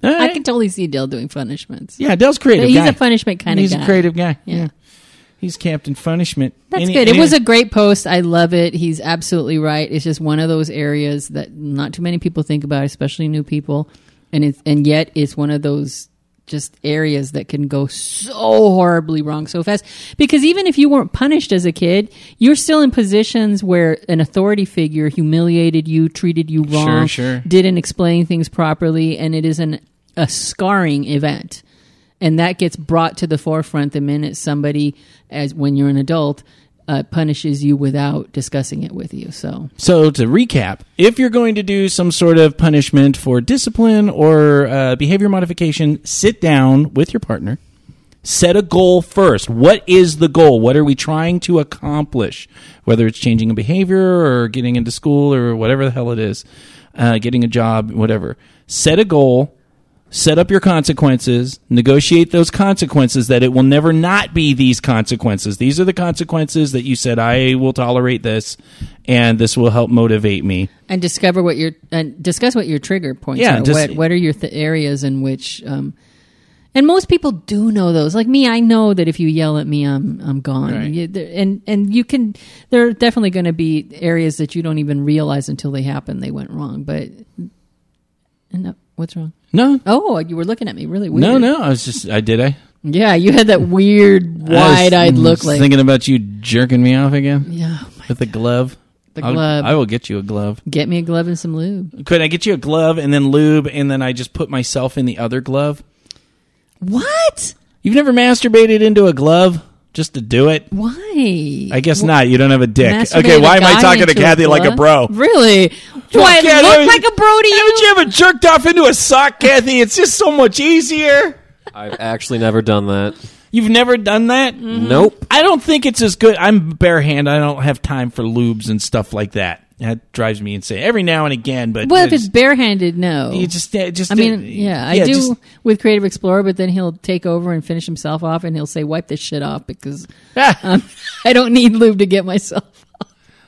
I can totally see Dale doing punishments. Yeah, Dale's creative. But he's guy. a punishment kind He's of guy. a creative guy. Yeah. Yeah. he's Captain Punishment. That's Any- good. any- it was a great post. I love it. He's absolutely right. It's just one of those areas that not too many people think about, especially new people. And it's and yet it's one of those just areas that can go so horribly wrong so fast. Because even if you weren't punished as a kid, you're still in positions where an authority figure humiliated you, treated you wrong, sure. didn't explain things properly, and it is an a scarring event and that gets brought to the forefront the minute somebody as when you're an adult uh, punishes you without discussing it with you so So to recap, if you're going to do some sort of punishment for discipline or uh, behavior modification, sit down with your partner. Set a goal first. What is the goal? What are we trying to accomplish? Whether it's changing a behavior or getting into school or whatever the hell it is, uh, getting a job, whatever. Set a goal. Set up your consequences. Negotiate those consequences that it will never not be these consequences. These are the consequences that you said I will tolerate this, and this will help motivate me. and discover what your and discuss what your trigger points Yeah, are just- what, what are your th- areas in which um, and most people do know those like me i know that if you yell at me i'm i'm gone Right. You- there- and and you can there are definitely going to be areas that you don't even realize until they happen they went wrong but and, uh, what's wrong No, oh you were looking at me really weird no, no. I was just I did I Yeah, you had that weird I wide-eyed was mm, look. Like, thinking about you jerking me off again. Yeah. with the glove. The I'll- glove. I will get you a glove. get me a glove and some lube. Could I get you a glove and then lube and then I just put myself in the other glove? What? You've never masturbated into a glove just to do it? Why? I guess not. You don't have a dick. Masturbate Okay, why am a I guy talking to into Kathy like a glove? bro? Really? Do I Kathy, look haven't- like a bro to you? Haven't you ever jerked off into a sock, Kathy? It's just so much easier. I've actually never done that. You've never done that? Mm. Nope. I don't think it's as good. I'm bare hand. I don't have time for lubes and stuff like that. That drives me insane. Every now and again, but Well, I if it's just- barehanded, no. you just, uh, just I uh, mean, yeah, I do just- um, with Creative Explorer, but then he'll take over and finish himself off, and he'll say, "Wipe this shit off," because ah, um, I don't need lube to get myself.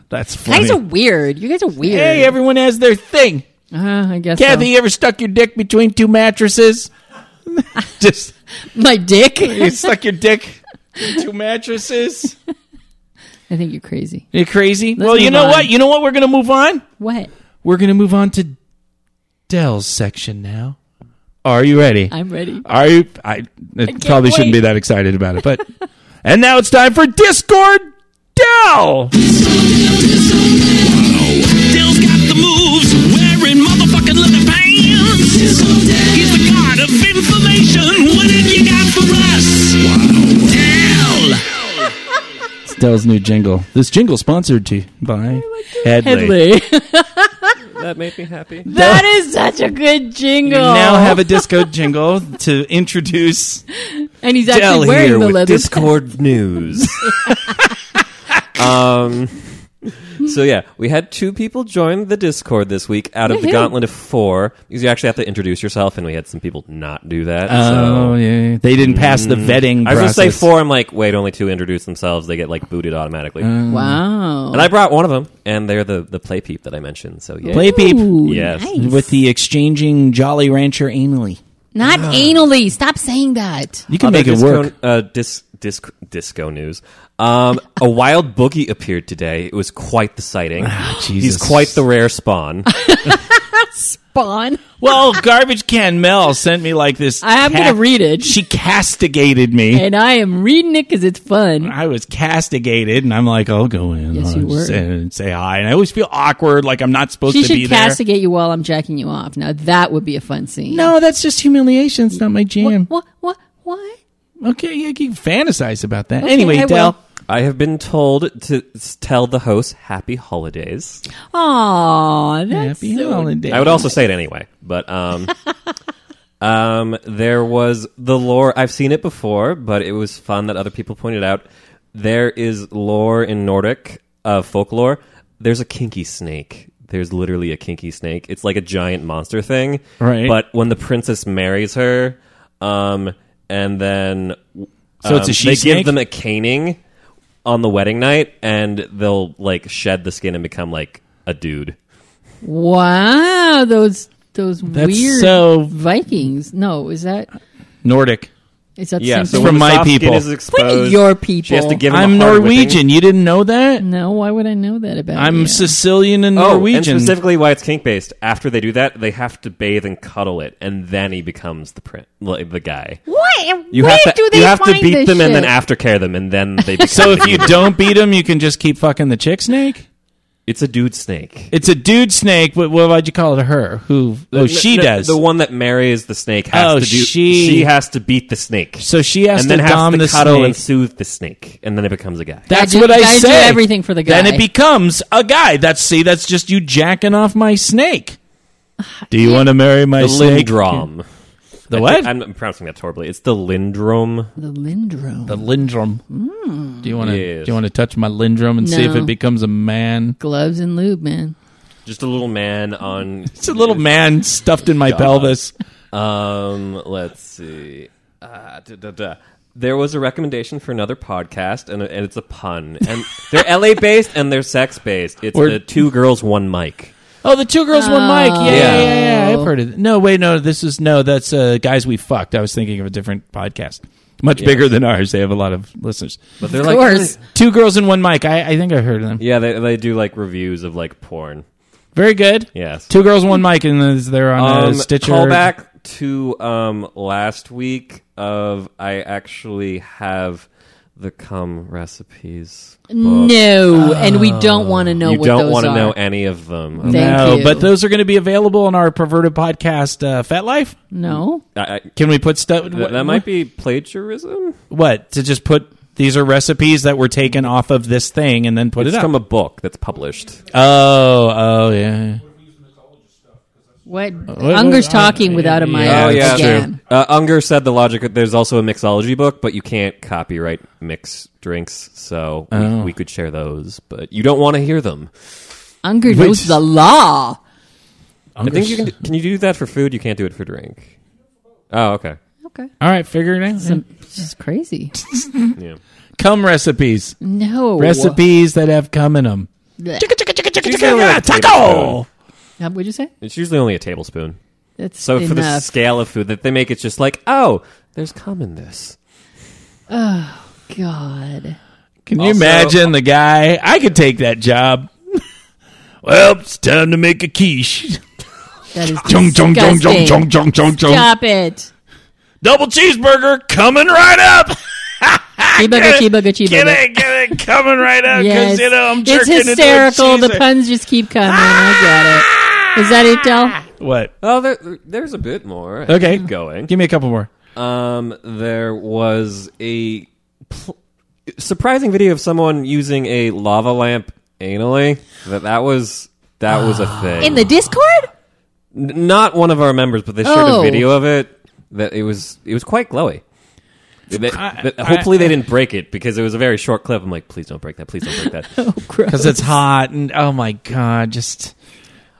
that's funny. Guys are weird. You guys are weird. Hey, everyone has their thing. uh, I guess Oh. Kathy, you ever stuck your dick between two mattresses? Just so. my dick. you stuck your dick in two mattresses. I think you're crazy. You crazy? Let's well, you move know on. what? You know what? We're gonna move on. What? We're gonna move on to Dell's section now. Are you ready? I'm ready. Are you? I, it probably shouldn't be wait. that excited about it, but and now it's time for Discord Dell. Dill's got the moves, wearing motherfucking leather pants. He's the god of information. What have you got for us? Dill! It's Dell's new jingle. This jingle sponsored to by Headley. Headley. That made me happy. That is such a good jingle. You now have a disco jingle to introduce and he's actually wearing the leather. Discord news. um, so yeah, we had two people join the Discord this week out of the Woohoo. gauntlet of four because you actually have to introduce yourself, and we had some people not do that. Oh, so. yeah. yeah. They didn't pass the vetting I was gonna process. say four. I'm like, wait, only two introduce themselves. They get like booted automatically. Oh. wow. and I brought one of them, and they're the the play peep that I mentioned. So yeah, Play peep. Ooh, Yes. nice. With the exchanging Jolly Rancher anally. Not anally. Stop saying that. You can Other make it disco, work. Uh, dis, disc, disco news. Um, a wild boogie appeared today. It was quite the sighting. He's Ah, Jesus. quite the rare spawn. Spawn. Well, Garbage Can Mel sent me like this. I am gonna read it. She castigated me. And I am reading it because it's fun. I was castigated, and I'm like, I'll go in Yes, I'll you were. say- and say hi. And I always feel awkward, like I'm not supposed She to be should castigate you while I'm jacking you off. Now that would be a fun scene. there. No, that's just humiliation. It's not my jam. What? What? What? Okay, yeah, you can fantasize about that. Okay, anyway, I will. Dell. I have been told to s- tell the host happy holidays. Aw, that's Happy so holidays. I would also say it anyway, but um, um, there was the lore. I've seen it before, but it was fun that other people pointed out. There is lore in Nordic uh, folklore. There's a kinky snake. There's literally a kinky snake. It's like a giant monster thing. Right. But when the princess marries her, um, and then So it's a um, she they snake? give them a caning on the wedding night, and they'll like shed the skin and become like a dude. Wow, those those That's weird so- Vikings. No, is that Nordic. is that the Yeah, same so thing? when From the my soft skin people. is What exposed, your She has to people? give him a I'm hard whipping. Norwegian. You didn't know that? No, why would I know that about? I'm you? Sicilian and Oh, and Norwegian. specifically why it's kink based. After they do that, they have to bathe and cuddle it, and then he becomes the print, like, the guy. What? You Where have to do they you have to find beat this them and then shit? aftercare them, and then they. Become so a if you human. don't beat him, you can just keep fucking the chick snake. it's a dude snake. It's a dude snake. What, what would you call it? Her who? Oh, she No, no, does. The one that marries the snake has Oh, to do. she- has to beat the snake. so she has and then to has dom to the cuddle snake. and soothe the snake, and then it becomes a guy. That's Gotta do- what I gotta do said. everything for the Then guy. it becomes a guy. That's see. That's just you jacking off my snake. Do you want to marry my the snake? Lindrum. The I what? think- I'm pronouncing that horribly. It's the Lindrum. the Lindrum. the Lindrum. do you want to? Yes. Do you want to touch my Lindrum and see if Hmm. No. it becomes a man? Gloves and lube, man. Just a little man on. It's a little man stuffed in my pelvis. Um, let's see. Uh, da, da, da. There was a recommendation for another podcast, and, and it's a pun. And they're LA based and they're sex based. It's Or- the two girls, one mic. Oh, the two girls, one mic. Yeah, yeah, Yeah. yeah, yeah. I've heard of it. No, wait, no. This is no. That's uh, guys we fucked. I was thinking of a different podcast, much bigger than ours. They have a lot of listeners. But they're Of like, course. Two girls and one mic. I, I think I heard of them. yeah, they, they do like reviews of like porn. Very good. Yes. Two girls, one mic, and is- they're on a um, Stitcher. Callback to um last week of I actually have the cum recipes. book. No, and we don't want to know you what don't those want to are. know any of them. Thank no, you. but those are going to be available on our perverted podcast, uh, Fat Life. no. I, I, th- Can we put stuff? that might be plagiarism. what to just put. These are recipes that were taken off of this thing and then put It's it up. from a book that's published. oh, oh yeah. What Unger's talking without a mic. Yeah, oh yeah, again. Uh, Unger said the logic. that There's also a mixology book, but you can't copyright mix drinks, so we, Oh. we could share those. But you don't want to hear them. Unger knows the law. I think you can. Can you do that for food? You can't do it for drink. Oh, okay. Okay, All right, figure it out. Some- this is crazy. Cum recipes. No Recipes that have cum in them. Blech. It's usually only a tablespoon. Uh, What'd you say? It's usually only a tablespoon. That's So for the enough. scale of food that they make, it's just like, oh, there's cum in this. God. Can you Also- imagine the guy? I could take that job. well, it's time to make a quiche. That is Chung, chung, chung, chung, disgusting. chung, chung, chung, chung. Stop it. Double cheeseburger coming right up. Cheeseburger, cheeseburger, Get cheeseburger. it, get it, coming right up. Yes. Because, you know, I'm it's jerking it to a hysterical. The cheeser. puns just keep coming. I get it. Is that it, Del? What? Oh, there, there's a bit more. Okay. Keep going. Give me a couple more. Um, there was a pl- surprising video of someone using a lava lamp anally. That that was that was a thing. In the Discord? N- not one of our members, but they shared Oh. a video of it. That it was it was quite glowy. They- I- they- hopefully they didn't break it because it was a very short clip. I'm like, please don't break that. Please don't break that. Because it's hot and oh my god, just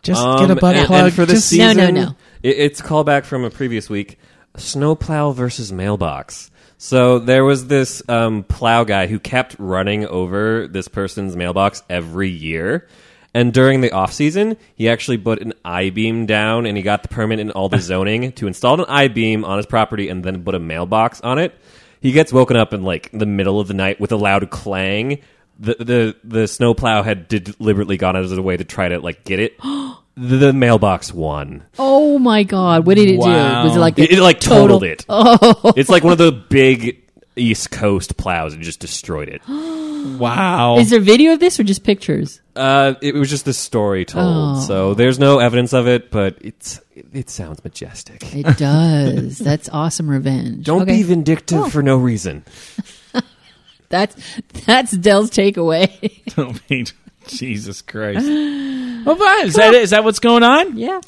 just get Um, a butt and- plug and for this Just- No, season. no, no. It, it's a callback from a previous week. Snowplow versus mailbox. So there was this um, plow guy who kept running over this person's mailbox every year. And during the off season, he actually put an I beam down, and he got the permit and all the zoning to install an I beam on his property, and then put a mailbox on it. He gets woken up in like the middle of the night with a loud clang. The the the snowplow had deliberately gone out of his way to try to like get it. the mailbox won. Oh my God. What did it Wow. do? Was it like It, a it, like total- Oh. totaled it. It's like one of the big East Coast plows and just destroyed it. wow. Is there video of this or just pictures? Uh, it was just this story told, Oh. so there's no evidence of it, but it's it, it sounds majestic. It does. That's awesome revenge. Don't Okay. be vindictive for no reason. That's that's Dell's takeaway. Don't be- Jesus Christ. Well, fine. Is that it? Is that what's going on? yeah.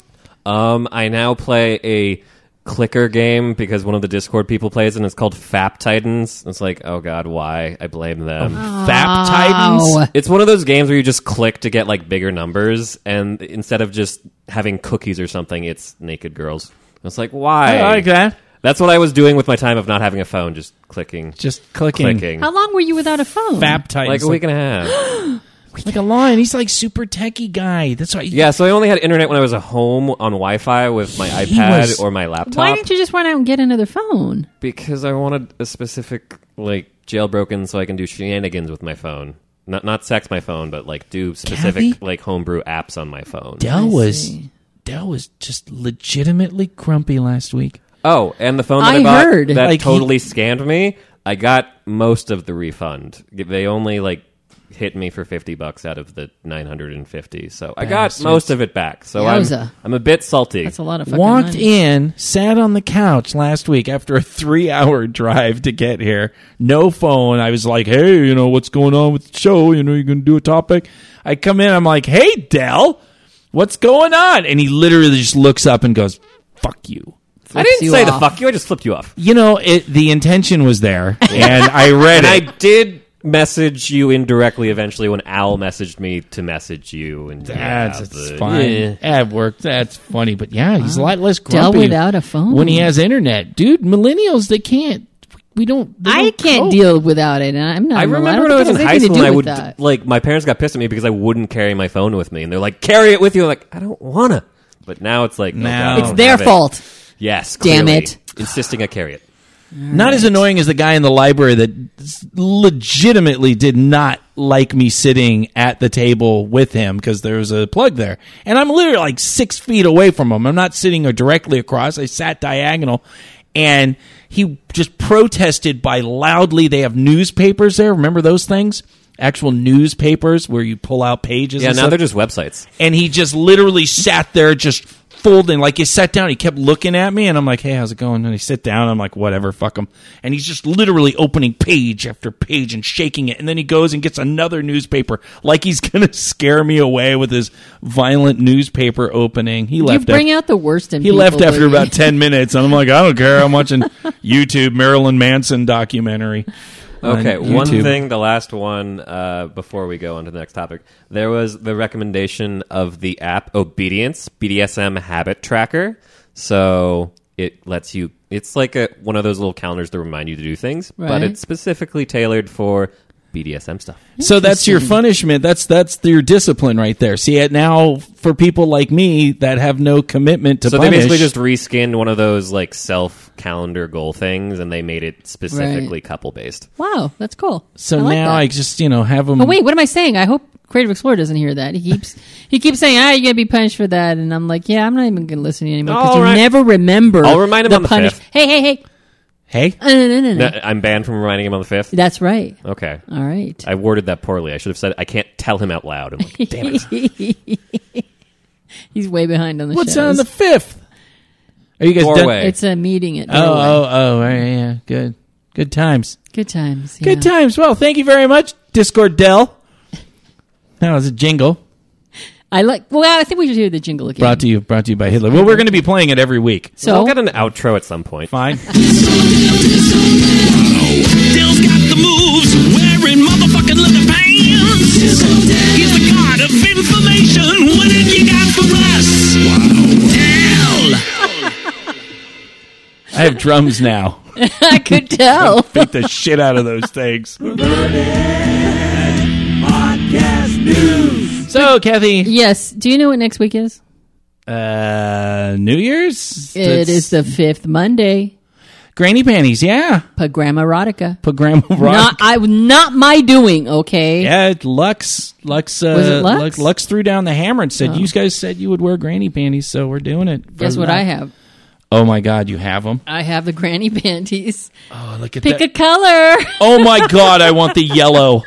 Um, I now play a clicker game because one of the Discord people plays, and it's called Fap Titans. It's like, oh god, why? I blame them. Oh. Fap Titans. It's one of those games where you just click to get like bigger numbers, and instead of just having cookies or something, it's naked girls. It's like why? I like that. That's what I was doing with my time of not having a phone, just clicking, Just clicking. clicking, How long were you without a phone? Fap Titans. like a week and a half. like, like a lion. He's like super techie guy. That's why. yeah, so I only had internet when I was at home on Wi-Fi with my He iPad was- or my laptop. Why didn't you just run out and get another phone? Because I wanted a specific like jailbroken so I can do shenanigans with my phone. Not not sex my phone, but like do specific Kathy? like homebrew apps on my phone. Dell I was see. Dell was just legitimately grumpy last week. oh, and the phone that I, I bought heard. that Like, he- totally scammed me. I got most of the refund. They only like hit me for 50 bucks out of the 950. So I got Bastards. most of it back. So I'm, Yowza. I'm a bit salty. That's a lot of fucking Walked money. in, sat on the couch last week after a three-hour drive to get here. No phone. I was like, "Hey, you know what's going on with the show? You know you gonna do a topic." I come in. I'm like, "Hey, Dell, what's going on?" And he literally just looks up and goes, "Fuck you." I Flips didn't you say off. the fuck you. I just flipped you off. You know, it, the intention was there, and I read And I it. did message you indirectly eventually when Al messaged me to message you and That's yeah, it's but- fine. Yeah. At work, that's funny. But yeah, he's a lot less Dell grumpy without a phone. when he has internet, dude. Millennials, they can't. We don't. they I don't can't cope. deal without it, and I'm not. I gonna lie. remember don't when I was in think it high has school, anything and I to do would with that. like my parents got pissed at me because I wouldn't carry my phone with me, and they're like, "Carry it with you." I'm like, "I don't wanna," but now it's like, Now- now It's It's their fault. Yes, Damn clearly. it. insisting I carry it. Not as annoying as the guy in the library that s- legitimately did not like me sitting at the table with him because there was a plug there. And I'm literally like six feet away from him. I'm not sitting directly across. I sat diagonal and he just protested by loudly. They have newspapers there. Remember those things? Actual newspapers where you pull out pages. Yeah, and now stuff? they're just websites. and he just literally sat there just folding like he sat down he kept looking at me and i'm like hey how's it going and he sit down i'm like whatever fuck him and he's just literally opening page after page and shaking it and then he goes and gets another newspaper like he's gonna scare me away with his violent newspaper opening he You left bring af- out the worst in he people, left after Lee. about 10 minutes and i'm like i don't care i'm watching youtube marilyn manson documentary on Okay, one YouTube. thing, the last one uh, before we go on to the next topic. There was the recommendation of the app Obedience BDSM Habit Tracker. So it lets you. It's like a, one of those little calendars to remind you to do things, but Right. it's specifically tailored for BDSM stuff. So that's your punishment. That's that's your discipline right there. See, it now for people like me that have no commitment to so punish, they basically just reskinned one of those like self calendar goal things, and they made it specifically couple based. Wow, that's cool. so I like now that. I just you know have them. Oh Mm. wait, what am I saying? I hope Creative Explorer doesn't hear that. He keeps he keeps saying, "Ah, you're gonna be punished for that," and I'm like, "Yeah, I'm not even gonna listen to you anymore because All you right. never remember." I'll remind him the on the punish- fifth. Hey, hey, hey! hey, Uh, no, no, no, no. No, I'm banned from reminding him on the fifth. That's right. Okay, All right. I worded that poorly. I should have said I can't tell him out loud. I'm like, damn it. He's way behind on the what's on shows. the fifth? Are you guys Doorway. done? It's a meeting at Oh, Norway. oh, oh, all right, yeah, good, good times, Good times. Yeah. good times. Well, thank you very much, Discord Dell. That was a jingle I like. Well, I think we should hear the jingle again. brought to you brought to you by Hitler. Well, we're going to be playing it every week. so we'll get an outro at some point. Fine. Dill's got the moves, wearing motherfucking leather pants. He's the god of information. What have you got for us? Dill! I have drums now. I could tell. Beat the shit out of those things. So, Kathy, yes. Do you know what next week is? Uh, New Year's. It That's- is the fifth Monday. granny panties. Yeah, Pagram erotica. put grandma rock. Not I not my doing. Okay. yeah, Lux. Lux. Uh, Was it Lux? Oh. Lux? Lux threw down the hammer and said, "You guys said you would wear granny panties, so we're doing it." for Guess what Lux." I have? Oh my God, you have them. I have the granny panties. Oh, look at Pick that. a color. oh my God, I want the yellow.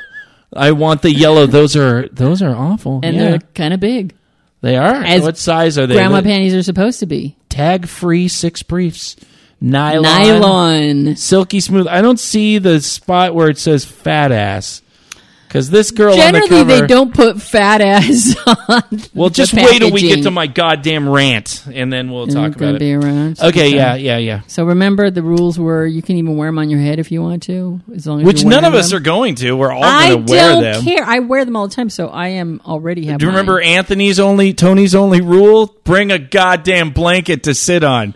I want the yellow. Those are those are awful. and yeah. they're kind of big. They are. As what size are they? Grandma They- panties are supposed to be tag free six briefs. Nylon, Nylon. silky smooth. I don't see the spot where it says fat ass because this girl on the Generally, cover, they don't put fat ass on. Well, the just wait till we get packaging. to my goddamn rant, and then we'll And we're talk gonna about be it. around. Okay, yeah, yeah, yeah. So remember, the rules were you can even wear them on your head if you want to, as long as Which you're none of wearing us them. are going to. We're all I going to wear don't them. care. I wear them all the time, so I am already have. Do you remember Anthony's only Tony's only rule? Bring a goddamn blanket to sit on.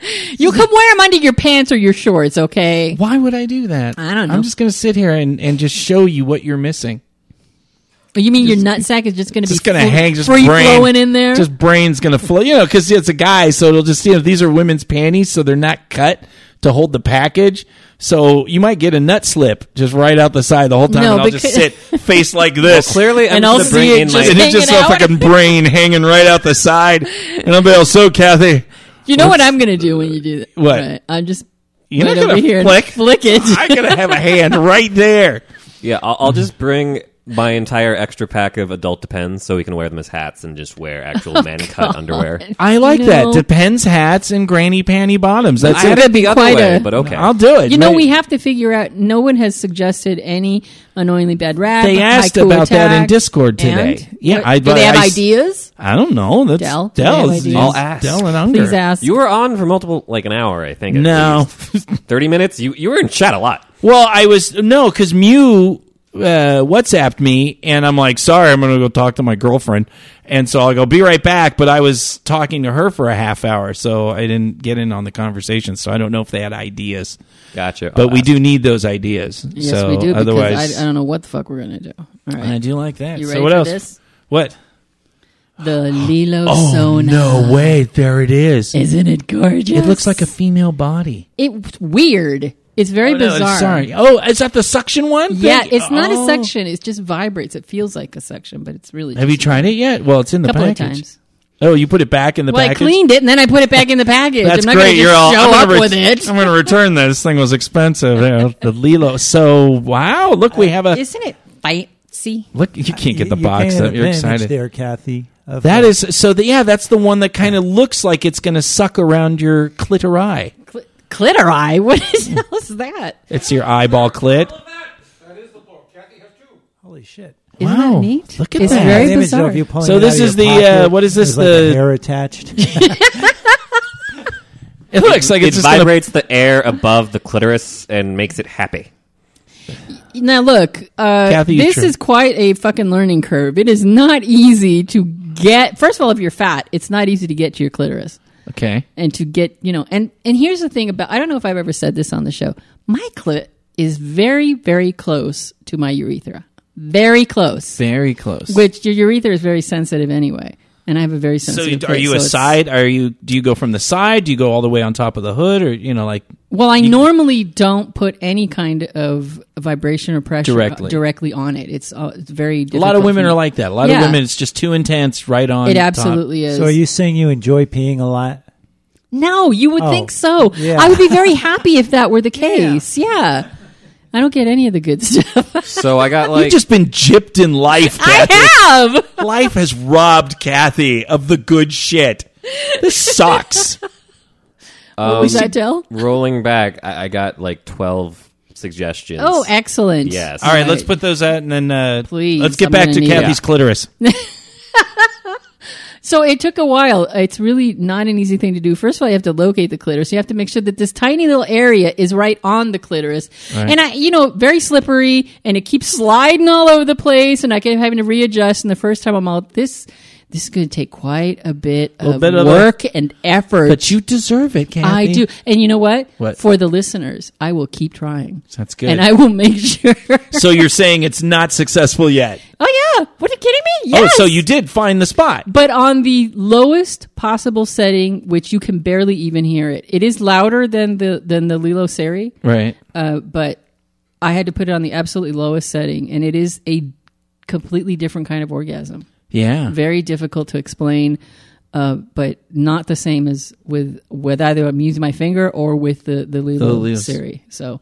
mine. You can wear them under your pants or your shorts. Okay. Why would I do that? I don't know. I'm just going to sit here and, and just show you what you're missing. you mean your nutsack is just going to be Just going to flo- hang, just free brain, flowing in there? Just brain's going to flow. You know, because it's a guy, so it'll just you know these are women's panties, so they're not cut to hold the package. So you might get a nut slip just right out the side the whole time, No, and I'll just because- sit face like this. Clearly, I'm And just I'll gonna see bring it in just like and it's hanging just so out. fucking brain hanging right out the side, and I'll be all so Kathy. you know what I'm going to do when you do that? What? Right. I'm just You're not right over going here to and flick. flick it. I'm going to have a hand right there. yeah. I'll, I'll just bring my entire extra pack of adult depends so we can wear them as hats and just wear Oh, actual man cut underwear. I like that. No. Depends hats and granny panty bottoms. That's I it. had it the other quite way, a- but okay. I'll do it. You know, Maybe- we have to figure out. No one has suggested any annoyingly bad rap. They asked haiku about that in attack, Discord today. and- Yeah, What- I- do they have I- ideas? I don't know. That's Dell, do Dell. they have is- ideas? I'll ask. Dell and Unger. Please ask. You were on for multiple, like an hour, I think. at No. least. thirty minutes. You you were in chat a lot. Well, I was no because Mew uh, WhatsApped me, and I'm like, sorry, I'm going to go talk to my girlfriend, and so I'll go be right back. But I was talking to her for a half hour, so I didn't get in on the conversation. So I don't know if they had ideas, Gotcha. but we do need those ideas. Yes, so we do. Because otherwise, I, I don't know what the fuck we're gonna do. All right. I do like that. You so ready what for else? this? What? The Lilo Oh, Sona. way! There it is. Isn't it gorgeous? It looks like a female body. It's weird. It's very Oh, no, bizarre. sorry. Oh, is that the suction one? Yeah, Thank- it's not oh. a section. It just vibrates. It feels like a section, but it's really. Have you just tried it yet? Well, it's in a the couple package. of times? Oh, you put it back in the well, I package. cleaned it and then I put it back in the package. That's I'm not great. Gonna just You're all. Show I'm up gonna, with ret- it. I'm gonna return this. This thing was expensive. You know, the Lilo. So wow, look, we have a Isn't it fancy? look. You can't get the You- you box. had Though. an You're advantage excited. there, Kathy. of That is so. The, yeah, that's the one that kind of looks like it's gonna suck around your clitori. Cl- clitori? What is how's that? It's your eyeball clit. Holy shit! Isn't Wow. that neat? Look at it's that. very That image, though, bizarre. of you pulling So it this out of is your the, uh, pocket what is this, with, like, the- hair attached? It looks like It it's just gonna vibrates the air above the clitoris and makes it happy. Now look, uh, Kathy, you this true. is quite a fucking learning curve. It is not easy to get. First of all, if you're fat, it's not easy to get to your clitoris Okay. and to get you know. And and here's the thing about I don't know if I've ever said this on the show. My clit is very very close to my urethra. Very close. Very close. Which your urethra is very sensitive anyway, and I have a very so sensitive. are clit, you so a it's- side? Are you? Do you go from the side? Do you go all the way on top of the hood? Or you know, like Well, I normally don't put any kind of vibration or pressure Directly. directly on it. It's, uh, it's very a lot of difficult women for are me. like that. A lot Yeah. of women, it's just too intense. Right on. It top. absolutely is. so are you saying you enjoy peeing a lot? No, you would Oh, think so. yeah. I would be very happy if that were the case. Yeah. I don't get any of the good stuff. So I got You've just been gypped in life. Kathy. I have. Life has robbed Kathy of the good shit. This sucks. Um, what was that, Dell? rolling back. I, I got like twelve suggestions. Oh, excellent. yes. All right, let's put those out and then uh, Please, let's get I'm back gonna to need Kathy's it. clitoris. So it took a while. It's really not an easy thing to do. First of all, you have to locate the clitoris. You have to make sure that this tiny little area is right on the clitoris. And I, you know, very slippery and it keeps sliding all over the place and I kept having to readjust. And the first time I'm all, this, this is going to take quite a bit of bit of a- work and effort. But you deserve it, Kathy. I do. And you know what? What? For the listeners, I will keep trying. That's good. And I will make sure. So you're saying it's not successful yet? oh, yeah. What are you kidding me? Yes. Oh, so you did find the spot. But on the lowest possible setting, which you can barely even hear it, it is louder than the than the Lilo Seri. Right. Uh, but I had to put it on the absolutely lowest setting, and it is a completely different kind of orgasm. Yeah. Very difficult to explain, uh, but not the same as with with either I'm using my finger or with the the Lilo Lilo's. Seri. So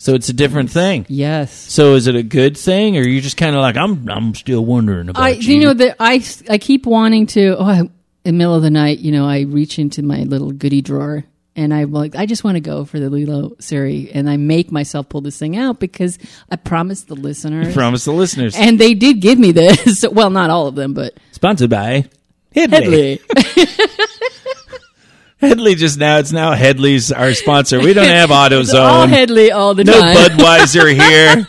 So it's a different thing. Yes. So is it a good thing, or are you just kind of like I'm? I'm still wondering about I, you. you know, that I, I keep wanting to. Oh, I, in the middle of the night, you know, I reach into my little goodie drawer and I'm like, I just want to go for the Lilo Siri, and I make myself pull this thing out because I promised the listeners. You promised the listeners. and they did give me this. well, not all of them, but Sponsored by Headley. Headley just now. It's now Headley's our sponsor. We don't have It's all AutoZone. Headley all the no time. Budweiser here.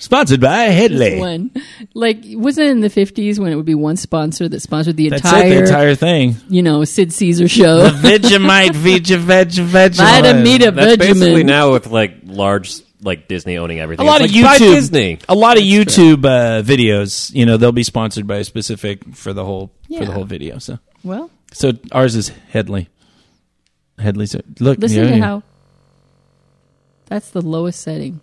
Sponsored by Just Headley. one. Like, wasn't it in the 50s when it would be one sponsor that sponsored the That's entire, it. The entire thing. you know, Sid Caesar show? Vegemite, Veg, Veg, Veg. Vitamita That's basically Benjamin. now with like large like Disney owning everything. A lot of It's like, buy YouTube, Disney. a lot of YouTube uh, videos. You know, they'll be sponsored by a specific for the whole for Yeah. the whole video. So, Well, so ours is Headley. Headley's look. listen yeah, to yeah. how that's the lowest setting.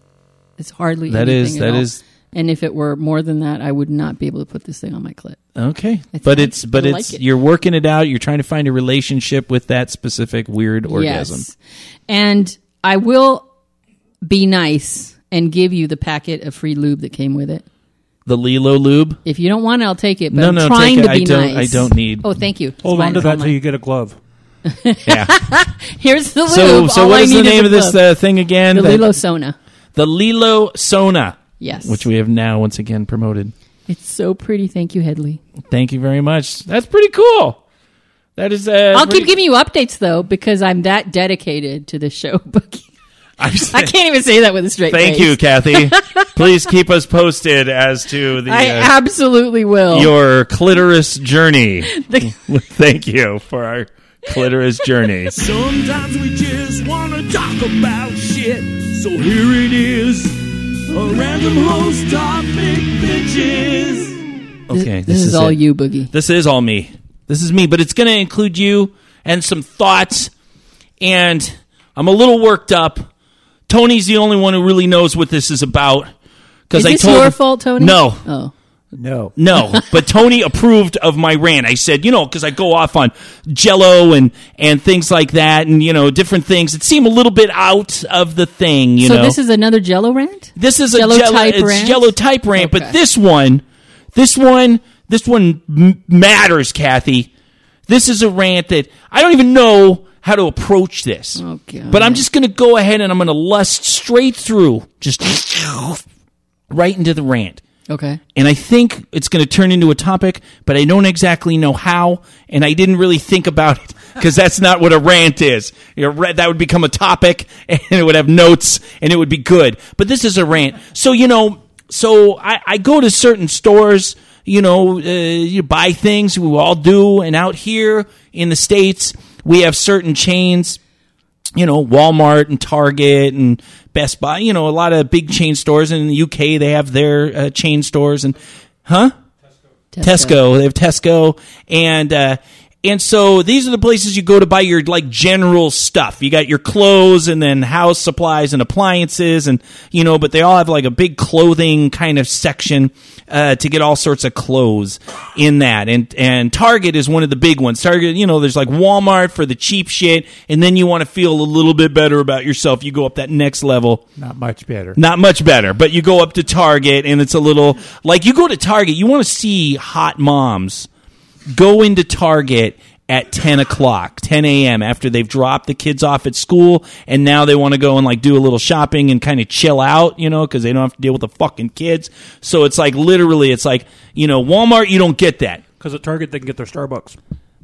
It's hardly That anything is- at that all. is- And if it were more than that, I would not be able to put this thing on my clip. Okay, I but think it's but I it's like it. you're working it out. You're trying to find a relationship with that specific weird orgasm. Yes. And I will be nice and give you the packet of free lube that came with it. The Lilo lube. If you don't want it, I'll take it. But No, I'm no, trying take to it. be I don't- nice. I don't need- Oh, thank you. It's Hold mine. on to It's all that till mine. you get a glove. Yeah. Here's the lube. so so All what I is the need name a of this glove. uh, thing again? the That- Lilo Sona. the Lilo Sona. Yes. which we have now once again promoted. It's so pretty. Thank you, Headley. Thank you very much. That's pretty cool. That is. Uh, I'll pretty- keep giving you updates though because I'm that dedicated to this show. Boogie. I'm just- I can't even say that with a straight Thank face. you, Kathy. Please keep us posted as to the I uh, absolutely will. your clitoris journey. Thank you for our clitoris journey. Sometimes we just want to talk about shit. So here it is. A random host topic bitches. Okay, this, is, all it. you, Boogie. This is all me. This is me, but it's going to include you and some thoughts. And I'm a little worked up. Tony's the only one who really knows what this is about. Because Is I this told your him- fault, Tony? No, Oh, No. no. But Tony approved of my rant. I said, you know, because I go off on Jello and and things like that, and you know, different things that seem a little bit out of the thing. You so know, this is another Jello rant. this is a Jell-O Jell-O jello type it's rant? Jell-O type rant, Okay. but this one, this one, this one m- matters, Kathy. This is a rant that I don't even know how to approach this. Oh, God. But I'm just going to go ahead and I'm going to lust straight through, just right into the rant. Okay. And I think it's going to turn into a topic, but I don't exactly know how, and I didn't really think about it because that's not what a rant is. You know, ra- that would become a topic, and it would have notes, and it would be good. But this is a rant, so you know. So I, I go to certain stores, you know, uh, you buy things. We all do, and out here in the states, we have certain chains you know, Walmart and Target and Best Buy, you know, a lot of big chain stores. And in the UK, they have their uh, chain stores and, huh? Tesco. They have Tesco, and uh, and so these are the places you go to buy your like general stuff. You got your clothes, and then house supplies and appliances, and you know. But they all have like a big clothing kind of section uh, to get all sorts of clothes in that. And and Target is one of the big ones. Target, you know, there's like Walmart for the cheap shit, and then you want to feel a little bit better about yourself. You go up that next level. Not much better. Not much better, but you go up to Target and it's a little like you go to Target, you want to see hot moms go into Target at 10 o'clock, 10 a.m., after they've dropped the kids off at school, and now they want to go and like do a little shopping and kind of chill out, you know, because they don't have to deal with the fucking kids. So it's like literally, it's like, you know, Walmart, you don't get that. Because at Target, they can get their Starbucks.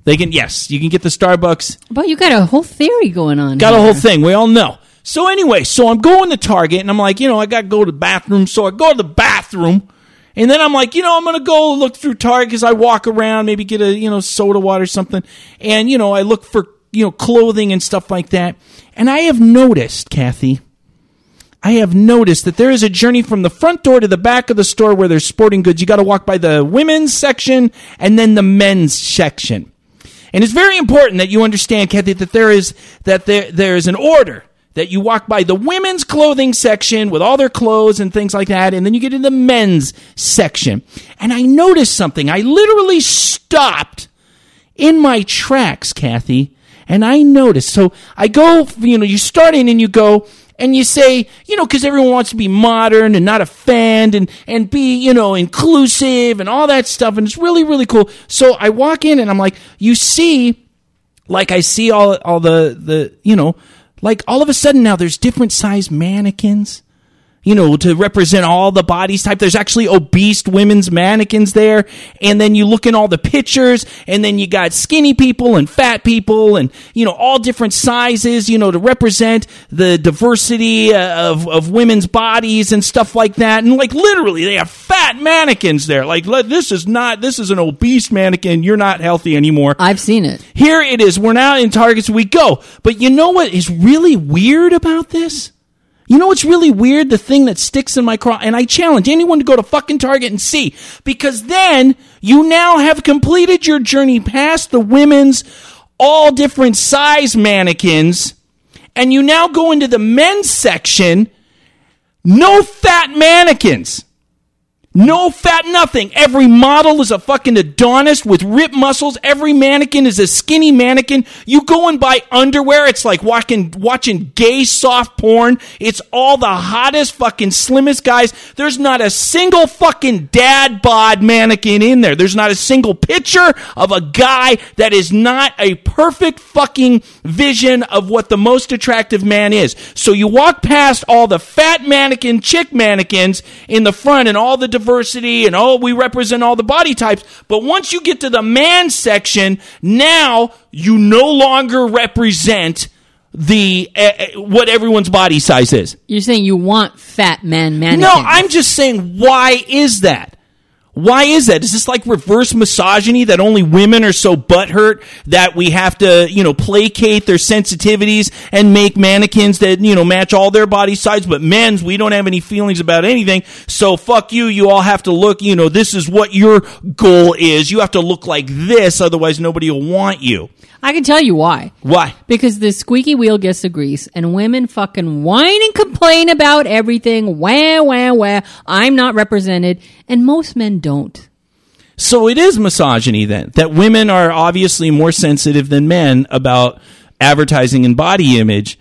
They can, yes, you can get the Starbucks. But you got a whole theory going on. Got a here. whole thing. We all know. So anyway, so I'm going to Target and I'm like, you know, I got to go to the bathroom. So I go to the bathroom. And then I'm like, you know, I'm going to go look through Target because I walk around, maybe get a, you know, soda water or something. And, you know, I look for, you know, clothing and stuff like that. And I have noticed, Kathy, I have noticed that there is a journey from the front door to the back of the store where there's sporting goods. You got to walk by the women's section and then the men's section. And it's very important that you understand, Kathy, that there is that there there is an order that you walk by the women's clothing section with all their clothes and things like that, and then you get into the men's section. And I noticed something. I literally stopped in my tracks, Kathy, And I noticed. So I go, you know, you start in and you go, and you say, you know, because everyone wants to be modern and not offend and, and be, you know, inclusive and all that stuff. And it's really, really cool. So I walk in and I'm like, you see, like I see all, all the, the, you know, like all of a sudden now there's different size mannequins you know, to represent all the bodies type. There's actually obese women's mannequins there. And then you look in all the pictures and then you got skinny people and fat people and, you know, all different sizes, you know, to represent the diversity uh, of, of women's bodies and stuff like that. And like literally they have fat mannequins there. Like le- this is not, this is an obese mannequin. You're not healthy anymore. I've seen it. Here it is. We're now in Targets. We go. But you know what is really weird about this? You know what's really weird? The thing that sticks in my craw, and I challenge anyone to go to fucking Target and see, because then you now have completed your journey past the women's all different size mannequins, and you now go into the men's section. No fat mannequins. No fat nothing. Every model is a fucking Adonis with ripped muscles. Every mannequin is a skinny mannequin. You go and buy underwear. It's like watching, watching gay soft porn. It's all the hottest fucking slimmest guys. There's not a single fucking dad bod mannequin in there. There's not a single picture of a guy that is not a perfect fucking vision of what the most attractive man is. So you walk past all the fat mannequin, chick mannequins in the front and all the diversity and oh, we represent all the body types. But once you get to the man section, now you no longer represent the uh, uh, what everyone's body size is. You're saying you want fat man mannequins. No, I'm just saying, why is that? Why is that? Is this like reverse misogyny that only women are so butthurt that we have to, you know, placate their sensitivities and make mannequins that, you know, match all their body size, but men's, we don't have any feelings about anything. So fuck you. You all have to look, you know, this is what your goal is. You have to look like this. Otherwise nobody will want you. I can tell you why. Why? Because the squeaky wheel gets the grease, and women fucking whine and complain about everything. Wah, wah, wah. I'm not represented. And most men don't. So it is misogyny then that women are obviously more sensitive than men about advertising and body image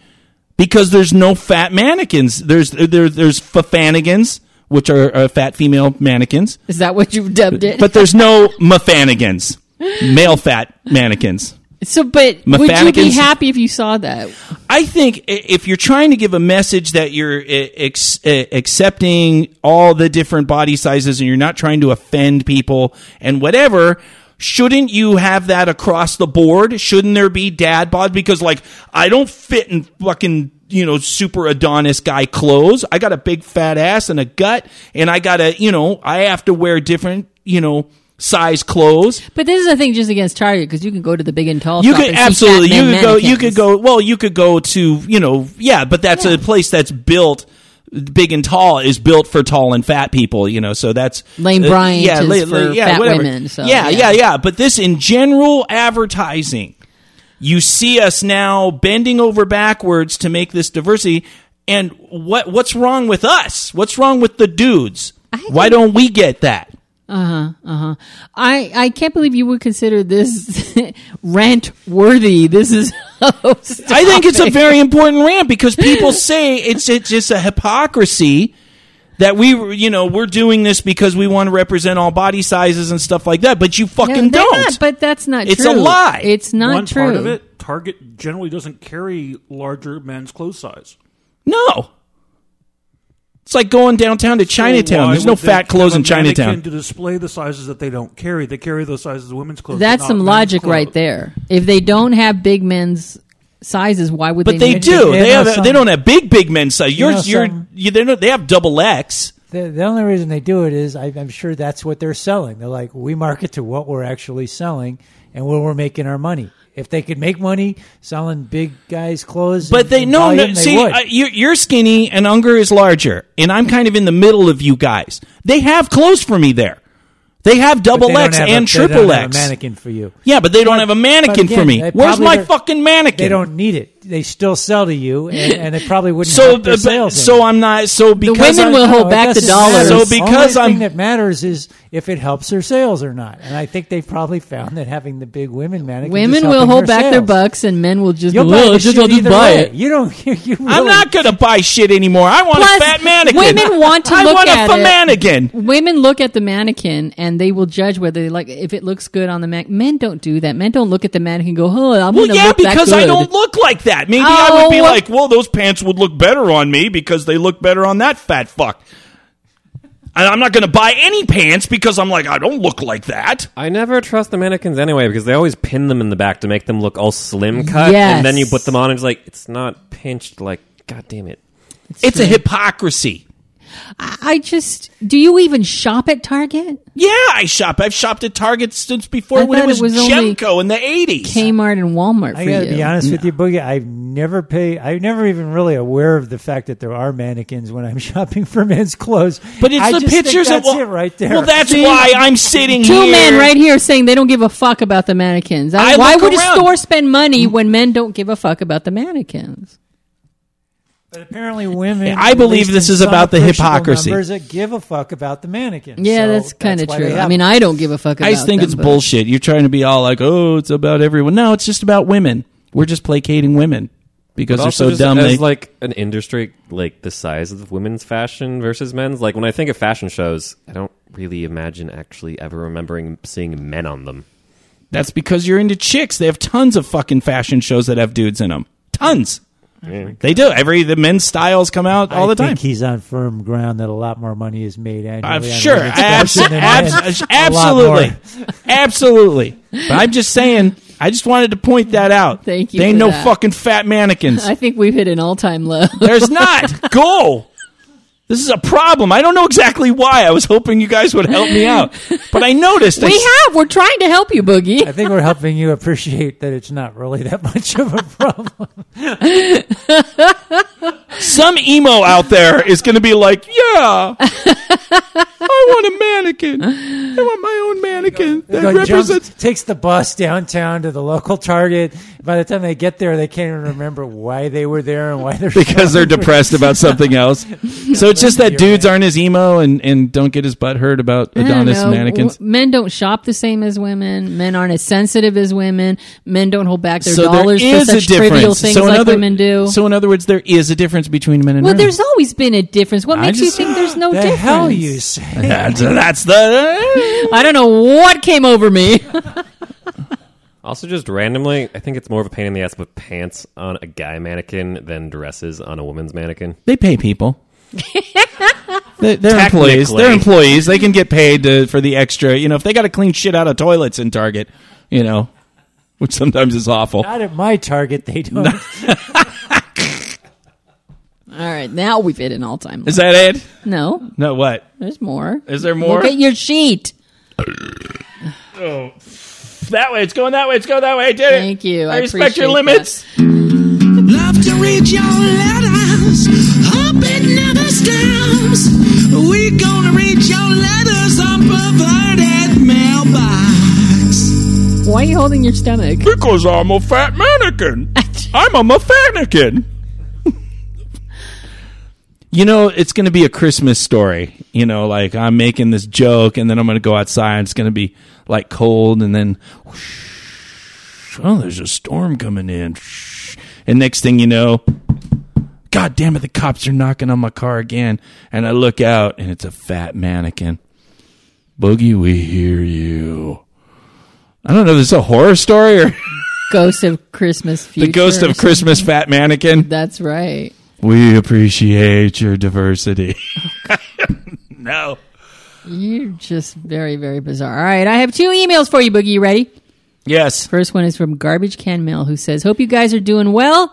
because there's no fat mannequins. There's there, there's fanigans which are uh, fat female mannequins, Is that what you've dubbed it? but there's no mafanigans, male fat mannequins. so, but would you be Mephanicans- happy if you saw that? I think i- if you're trying to give a message that you're eh, ex- eh, accepting all the different body sizes and you're not trying to offend people and whatever, shouldn't you have that across the board? Shouldn't there be dad bod? Because like I don't fit in fucking you know super Adonis guy clothes. I got a big fat ass and a gut, and I gotta you know I have to wear different you know size clothes. But this is the thing, just against Target, because you can go to the big and tall. You shop could and see fat absolutely. You man could go. You mannequins. could go. Well, you could go to. You know. Yeah, but that's a place that's built. Big and tall is built for tall and fat people. You know, so that's uh, Lane Bryant is for fat whatever. women, so, yeah, yeah. yeah, yeah. But this in general advertising, you see us now bending over backwards to make this diversity. And what what's wrong with us? What's wrong with the dudes? Why don't we get that? Uh huh. Uh huh. I I can't believe you would consider this rant worthy. This is. I think it's a very important rant because people say it's it's just a hypocrisy that we you know we're doing this because we want to represent all body sizes and stuff like that, but you No, fucking they're don't. not, but that's not. It's true. a lie. It's not One true. part of it, Target generally doesn't carry larger men's clothes size. no. It's like going downtown to Chinatown. Why There's no would they fat clothes have in a mannequin Chinatown. To display the sizes that they don't carry, they carry those sizes of women's clothes. but That's not some men's logic clothes. right there. If they don't have big men's sizes, why would But they? they need do. to- They know have. some- They don't have big big men size. You're know you're some- you, they don't. They have double X. The, the only reason they do it is I, I'm sure that's what they're selling. They're like, we market to what we're actually selling and where we're making our money. If they could make money selling big guys' clothes, But and- they and no, volume, no they see, would. uh, you're, you're skinny and Unger is larger, and I'm kind of in the middle of you guys. They have clothes for me there. They have But they double don't X have a- and they don't triple have a X. mannequin for you. Yeah, but they don't have a But mannequin again, for me. they Where's probably my don't- fucking mannequin? They don't need it. they still sell to you, and, and it probably wouldn't So, uh, help their but- sales any. so I'm not. So because I'm- women will hold it back the doesn't dollars. matter. So because the I'm- only thing that matters is if it helps their sales or not. And I think they probably found that having the big women mannequin Women will hold back their bucks, and men will just You'll go, buy, "Well, the just, shit I'll just either buy way. it. You don't. You, you I'm really- not going to buy shit anymore. I want Plus, a fat mannequin. women want to I look want a at fa- it. mannequin. Women look at the mannequin and they will judge whether they like if it looks good on the man. Men don't do that. Men don't look at the mannequin and go, "Oh, Well, I'm going to yeah, look that because I good." don't look like that. Maybe I would be Oh. like, well, those pants would look better on me because they look better on that fat fuck. And I'm not going to buy any pants because I'm like, I don't look like that. I never trust the mannequins anyway because they always pin them in the back to make them look all slim cut, Yes. and then you put them on and it's like it's not pinched. Like, god damn it! It's a hypocrisy. I just do. You even shop at Target, Yeah, I shop. I've shopped at Target since before I when it thought was, it was only Gemco in the 80s. Kmart, and Walmart. For I gotta you. be honest with you, Boogie. I've never paid. I've never even really aware of the fact that there are mannequins when I'm shopping for men's clothes. but it's I the just think pictures that's of it right there. Well, that's why I'm sitting Two here. men right here saying they don't give a fuck about the mannequins. I- I why look would around. a store spend money when men don't give a fuck about the mannequins? But apparently, women. I believe at least this in is some about the appreciable hypocrisy. Numbers that give a fuck about the mannequins. Yeah, So that's kind of why they true. have I mean, them. I don't give a fuck. About I just think them, it's but- bullshit. You're trying to be all like, oh, it's about everyone. No, it's just about women. We're just placating women because But they're also so just dumb. As They, like an industry, like the size of women's fashion versus men's. Like when I think of fashion shows, I don't really imagine actually ever remembering seeing men on them. that's because you're into chicks. They have tons of fucking fashion shows that have dudes in them. Tons. They do. Every the men's styles come out all the I time. think he's on firm ground that a lot more money is made annually. I'm on sure. women's Abs- fashion than abs- men's. A lot more. absolutely. absolutely. But I'm just saying, I just wanted to point that out. Thank you They ain't for no that. fucking fat mannequins. I think we've hit an all-time low. There's not. Go. This is a problem. I don't know exactly why. I was hoping you guys would help me out. But I noticed. I we s- have. We're trying to help you, Boogie. I think we're helping you appreciate that it's not really that much of a problem. some emo out there is going to be like, yeah, I want a mannequin. I want my own mannequin that Like, jumps- represents. takes the bus downtown to the local Target. By the time they get there, they can't even remember why they were there and why they're Because they're depressed about something else. So it's just that You're dudes right. aren't as emo and, and don't get his butt hurt about I don't Adonis know. mannequins. W- Men don't shop the same as women. Men aren't as sensitive as women. Men don't hold back their so there dollars for is a such trivial difference. things So in like other- women do. So in other words, there is a difference between men and well, women. there's always been a difference. What I makes just- you think there's no the difference? hell you say. that's, that's the. I don't know what came over me. Also, just randomly, I think it's more of a pain in the ass with pants on a guy mannequin than dresses on a woman's mannequin. They pay people. They- They're employees. They're Technically. employees. They can get paid to, for the extra. You know, if they got to clean shit out of toilets in Target, you know, which sometimes is awful. Not at my Target, they don't. All right, now we've hit an all-time. Low. Is that it? No, No, what? there's more. Is there more? Oh. Look at your sheet. That way. It's going that way. It's going that way. I did it. Thank you. I, respect your appreciate limits. Love to read your letters. Hope it never stops. We're gonna read your letters on perverted mailbox. that. Why are you holding your stomach? Because I'm a fat mannequin. I'm a mannequin. you know, it's going to be a Christmas story. You know, like I'm making this joke, and then I'm going to go outside. and It's going to be like cold, and then whoosh, oh, there's a storm coming in. Whoosh. And next thing you know, God damn it, the cops are knocking on my car again. And I look out, and it's a fat mannequin. Boogie, we hear you. I don't know. This is a horror story or Ghost of Christmas Future. the ghost or of Christmas fat mannequin. That's right. We appreciate your diversity. no. You're just very, very bizarre. All right, I have two emails for you, Boogie. You ready? Yes. First one is from Garbage Can Mail, who says, "Hope you guys are doing well."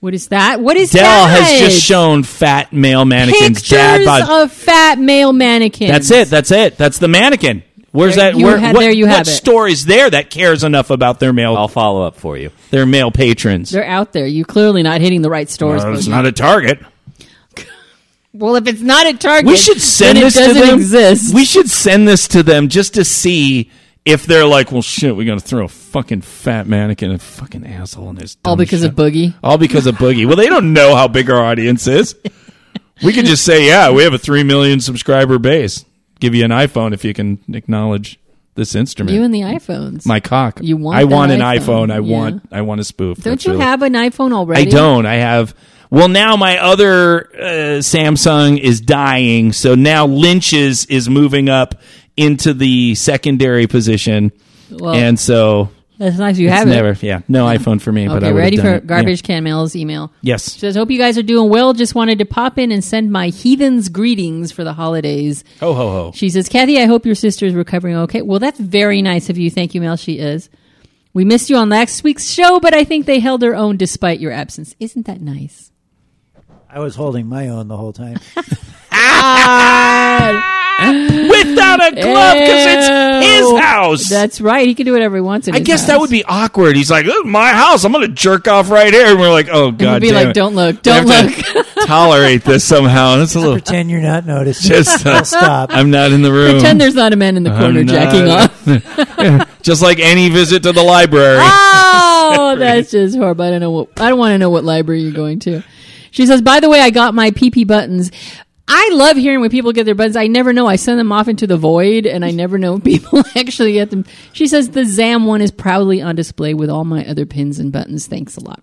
What is that? What is Dell that? has just shown fat male mannequins. pictures dad bod- of fat male mannequins. That's it. That's it. That's the mannequin. Where's There that? you where, ha- what, there you what have it. store is there that cares enough about their male I'll follow up for you. their male patrons? They're out there. You're clearly not hitting the right stores. Well, it's Boogie. not a Target. well, if it's not at Target, We should send then this it to doesn't them. Exist. We should send this to them just to see if they're like, well, shit, we got to throw a fucking fat mannequin and a fucking asshole in this. All dumb because shit. of Boogie? All because of Boogie. Well, they don't know how big our audience is. We could just say, yeah, we have a three million subscriber base. Give you an iPhone if you can acknowledge this instrument. You and the iPhones. my cock. You want I an want an iPhone, iPhone. yeah. I want. I want a spoof. Don't That's you really- have an iPhone already? I don't. I have. Well, now my other uh, Samsung is dying, so now Lynch's is moving up into the secondary position, Well, and so that's nice. You it's have it. never. Yeah, no iPhone for me. but I Okay, would've ready done for it. Yeah. garbage can mail's email. Yes. Says, hope you guys are doing well. Just wanted to pop in and send my heathens greetings for the holidays. Ho ho ho. She says, Kathy, I hope your sister is recovering okay. Well, that's very nice of you. Thank you, Mel. She is. We missed you on last week's show, but I think they held their own despite your absence. Isn't that nice? I was holding my own the whole time. Without a glove, because it's his house. That's right. He can do whatever he wants. In I his guess that house. would be awkward. He's like, "This is my house. I'm going to jerk off right here," and we're like, "Oh It god, would be damn like, it. don't look, We have don't look. to tolerate this somehow." That's a little. Pretend you're not noticing. Just, uh, I'll stop. I'm not in the room. Pretend there's not a man in the corner I'm jacking not- off. Just like any visit to the library. Oh, that's just horrible. I don't know what I don't want to know what library you're going to. She says, "By the way, I got my PP buttons." I love hearing when people get their buttons. I never know. I send them off into the void, and I never know if people actually get them. She says the Zam one is proudly on display with all my other pins and buttons. Thanks a lot.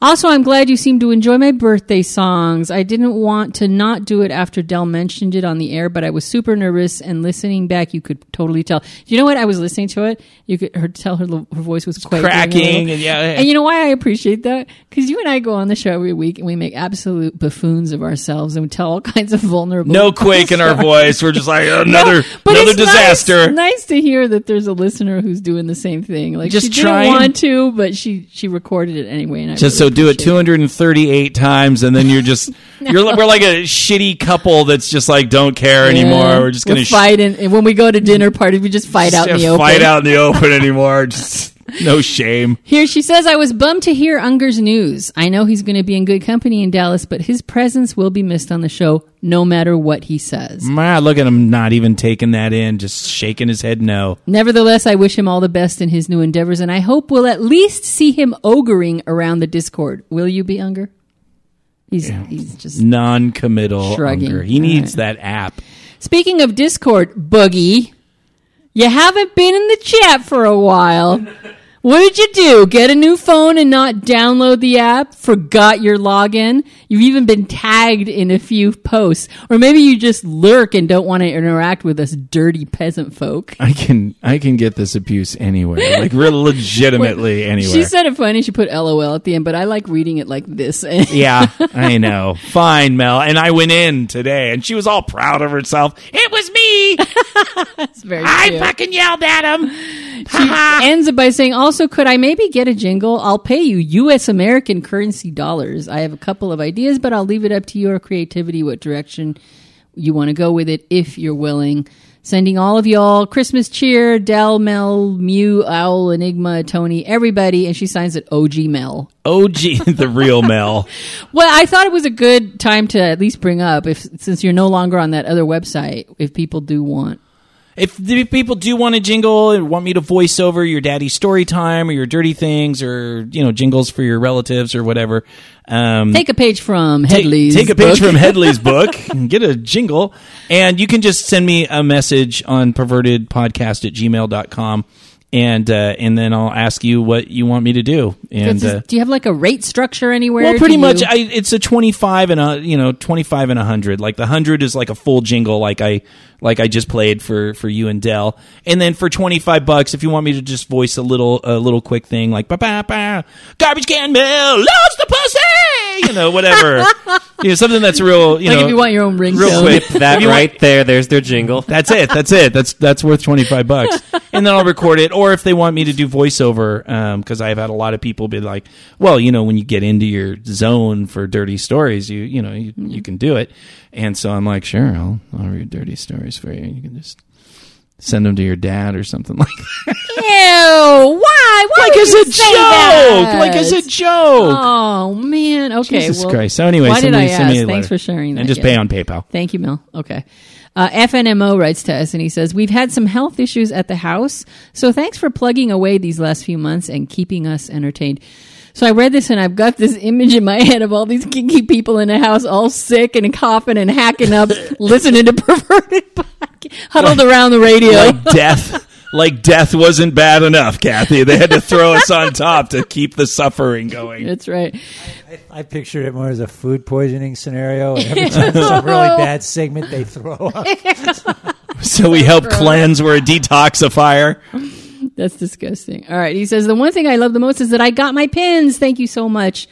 Also, I'm glad you seem to enjoy my birthday songs. I didn't want to not do it after Dell mentioned it on the air, but I was super nervous. And listening back, you could totally tell. You know what? I was listening to it. You could her tell her little- her voice was quaking, a little. cracking and yeah, yeah. And you know why I appreciate that? Because you and I go on the show every week and we make absolute buffoons of ourselves and we tell all kinds of vulnerable. no quake in our stories. voice. We're just like No, another but another it's nice- disaster. Nice, to hear that there's a listener who's doing the same thing. Like Just she trying. didn't want to, but she she recorded it anyway. And I Just so really do it appreciate 238 times, and then you're just you're we're like a shitty couple that's just like don't care anymore. Yeah. We're just gonna We'll sh- fight in, and when we go to dinner parties, we just fight out in just the open. fight out in the open anymore. Just no shame. Here she says, I was bummed to hear Unger's news. I know he's going to be in good company in Dallas, but his presence will be missed on the show no matter what he says. Ma, look at him not even taking that in, just shaking his head no. Nevertheless, I wish him all the best in his new endeavors, and I hope we'll at least see him ogering around the Discord. Will you be Unger? He's he's just Non-committal. Shrugging. Unger. He All needs right. that app. speaking of Discord, Boogie. You haven't been in the chat for a while. What did you do? Get a new phone and not download the app? Forgot your login? You've even been tagged in a few posts. Or maybe you just lurk and don't want to interact with us dirty peasant folk. I can I can get this abuse anywhere, like real legitimately anywhere. She said it funny. She put LOL at the end, but I like reading it like this. yeah, I know. Fine, Mel. And I went in today, and she was all proud of herself. It was me. it's very I cute. fucking yelled at him. She ends it by saying, "Also, could I maybe get a jingle? I'll pay you U.S. American currency dollars. I have a couple of ideas, but I'll leave it up to your creativity what direction you want to go with it, if you're willing." Sending all of y'all Christmas cheer, Del, Mel, Mew, Owl, Enigma, Tony, everybody, and she signs it OG Mel. OG, the real Mel. Well, I thought it was a good time to at least bring up if since you're no longer on that other website, if people do want. If the people do want a jingle and want me to voice over your daddy's story time or your dirty things or you know jingles for your relatives or whatever, um, Take a page from take- Headley's. Take, a page book. from Headley's book and get a jingle. And you can just send me a message on pervertedpodcast at gmail.com. And, uh, and then I'll ask you what you want me to do. And, uh, do you have like a rate structure anywhere? well, Do pretty much, you- I, it's a twenty-five and a you know twenty-five and a hundred. Like the hundred is like a full jingle, like I like I just played for for you and Dell. And then for twenty-five bucks, if you want me to just voice a little a little quick thing, like ba ba ba, garbage can mail, loves the pussy, you know, whatever, you know, something that's real, you like know, if you want your own ringtone. real quick. That If you want- right there, there's their jingle. that's it. That's it. That's that's worth twenty five bucks, and then I'll record it. Or if they want me to do voiceover, because I've had a lot of people be like, "Well, you know, when you get into your zone for dirty stories, you you know you, you can do it." And so I'm like, "Sure, I'll I'll read dirty stories for you. You can just send them to your dad or something like that. Ew! Why? Why like would as you a say joke, that? like as a joke." Oh man. Okay. Jesus well, Christ. So anyway, why send did me, I send me ask? a Thanks letter. for sharing that. and just yeah. pay on PayPal. Thank you, Mel. Okay. Uh, FNMO writes to us and he says, We've had some health issues at the house, so thanks for plugging away these last few months and keeping us entertained. So I read this and I've got this image in my head of all these kinky people in a house all sick and coughing and hacking up, listening to perverted podcast, huddled around the radio. Like death. Like death wasn't bad enough, Kathy. They had to throw us on top to keep the suffering going. That's right. I pictured it more as a food poisoning scenario. And every time there's a really bad segment, they throw up. So we help cleanse. We're a detoxifier. That's disgusting. All right. He says, The one thing I love the most is that I got my pins. Thank you so much.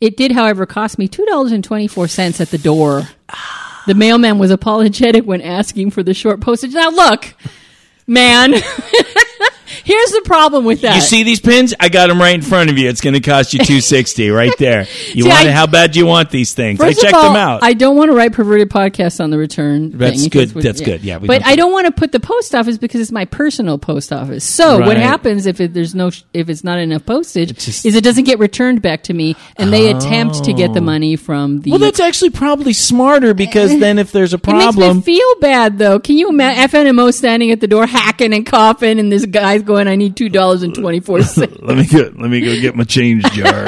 It did, however, cost me $2.24 at the door. The mailman was apologetic when asking for the short postage. Now, look, man, here's the problem with that. You see these pins? I got them right in front of you. It's going to cost you two sixty right there. See, You want I- it? How bad do you want these things? I First of checked all, them out. I don't want to write perverted podcasts on the return. thing That's because good. we- That's good. Yeah, we but don't I do- don't want to put the post office because it's my personal post office. So Right. what happens if it, there's no sh- if it's not enough postage just- Oh. is it doesn't get returned back to me, and they attempt to get the money from the. well, that's actually probably smarter because then if there's a it makes problem, me feel bad though. Can you imagine FNMO standing at the door hacking and coughing, and this guy's going, "I need two dollars and twenty four cents." let me go. Let me go get my change jar.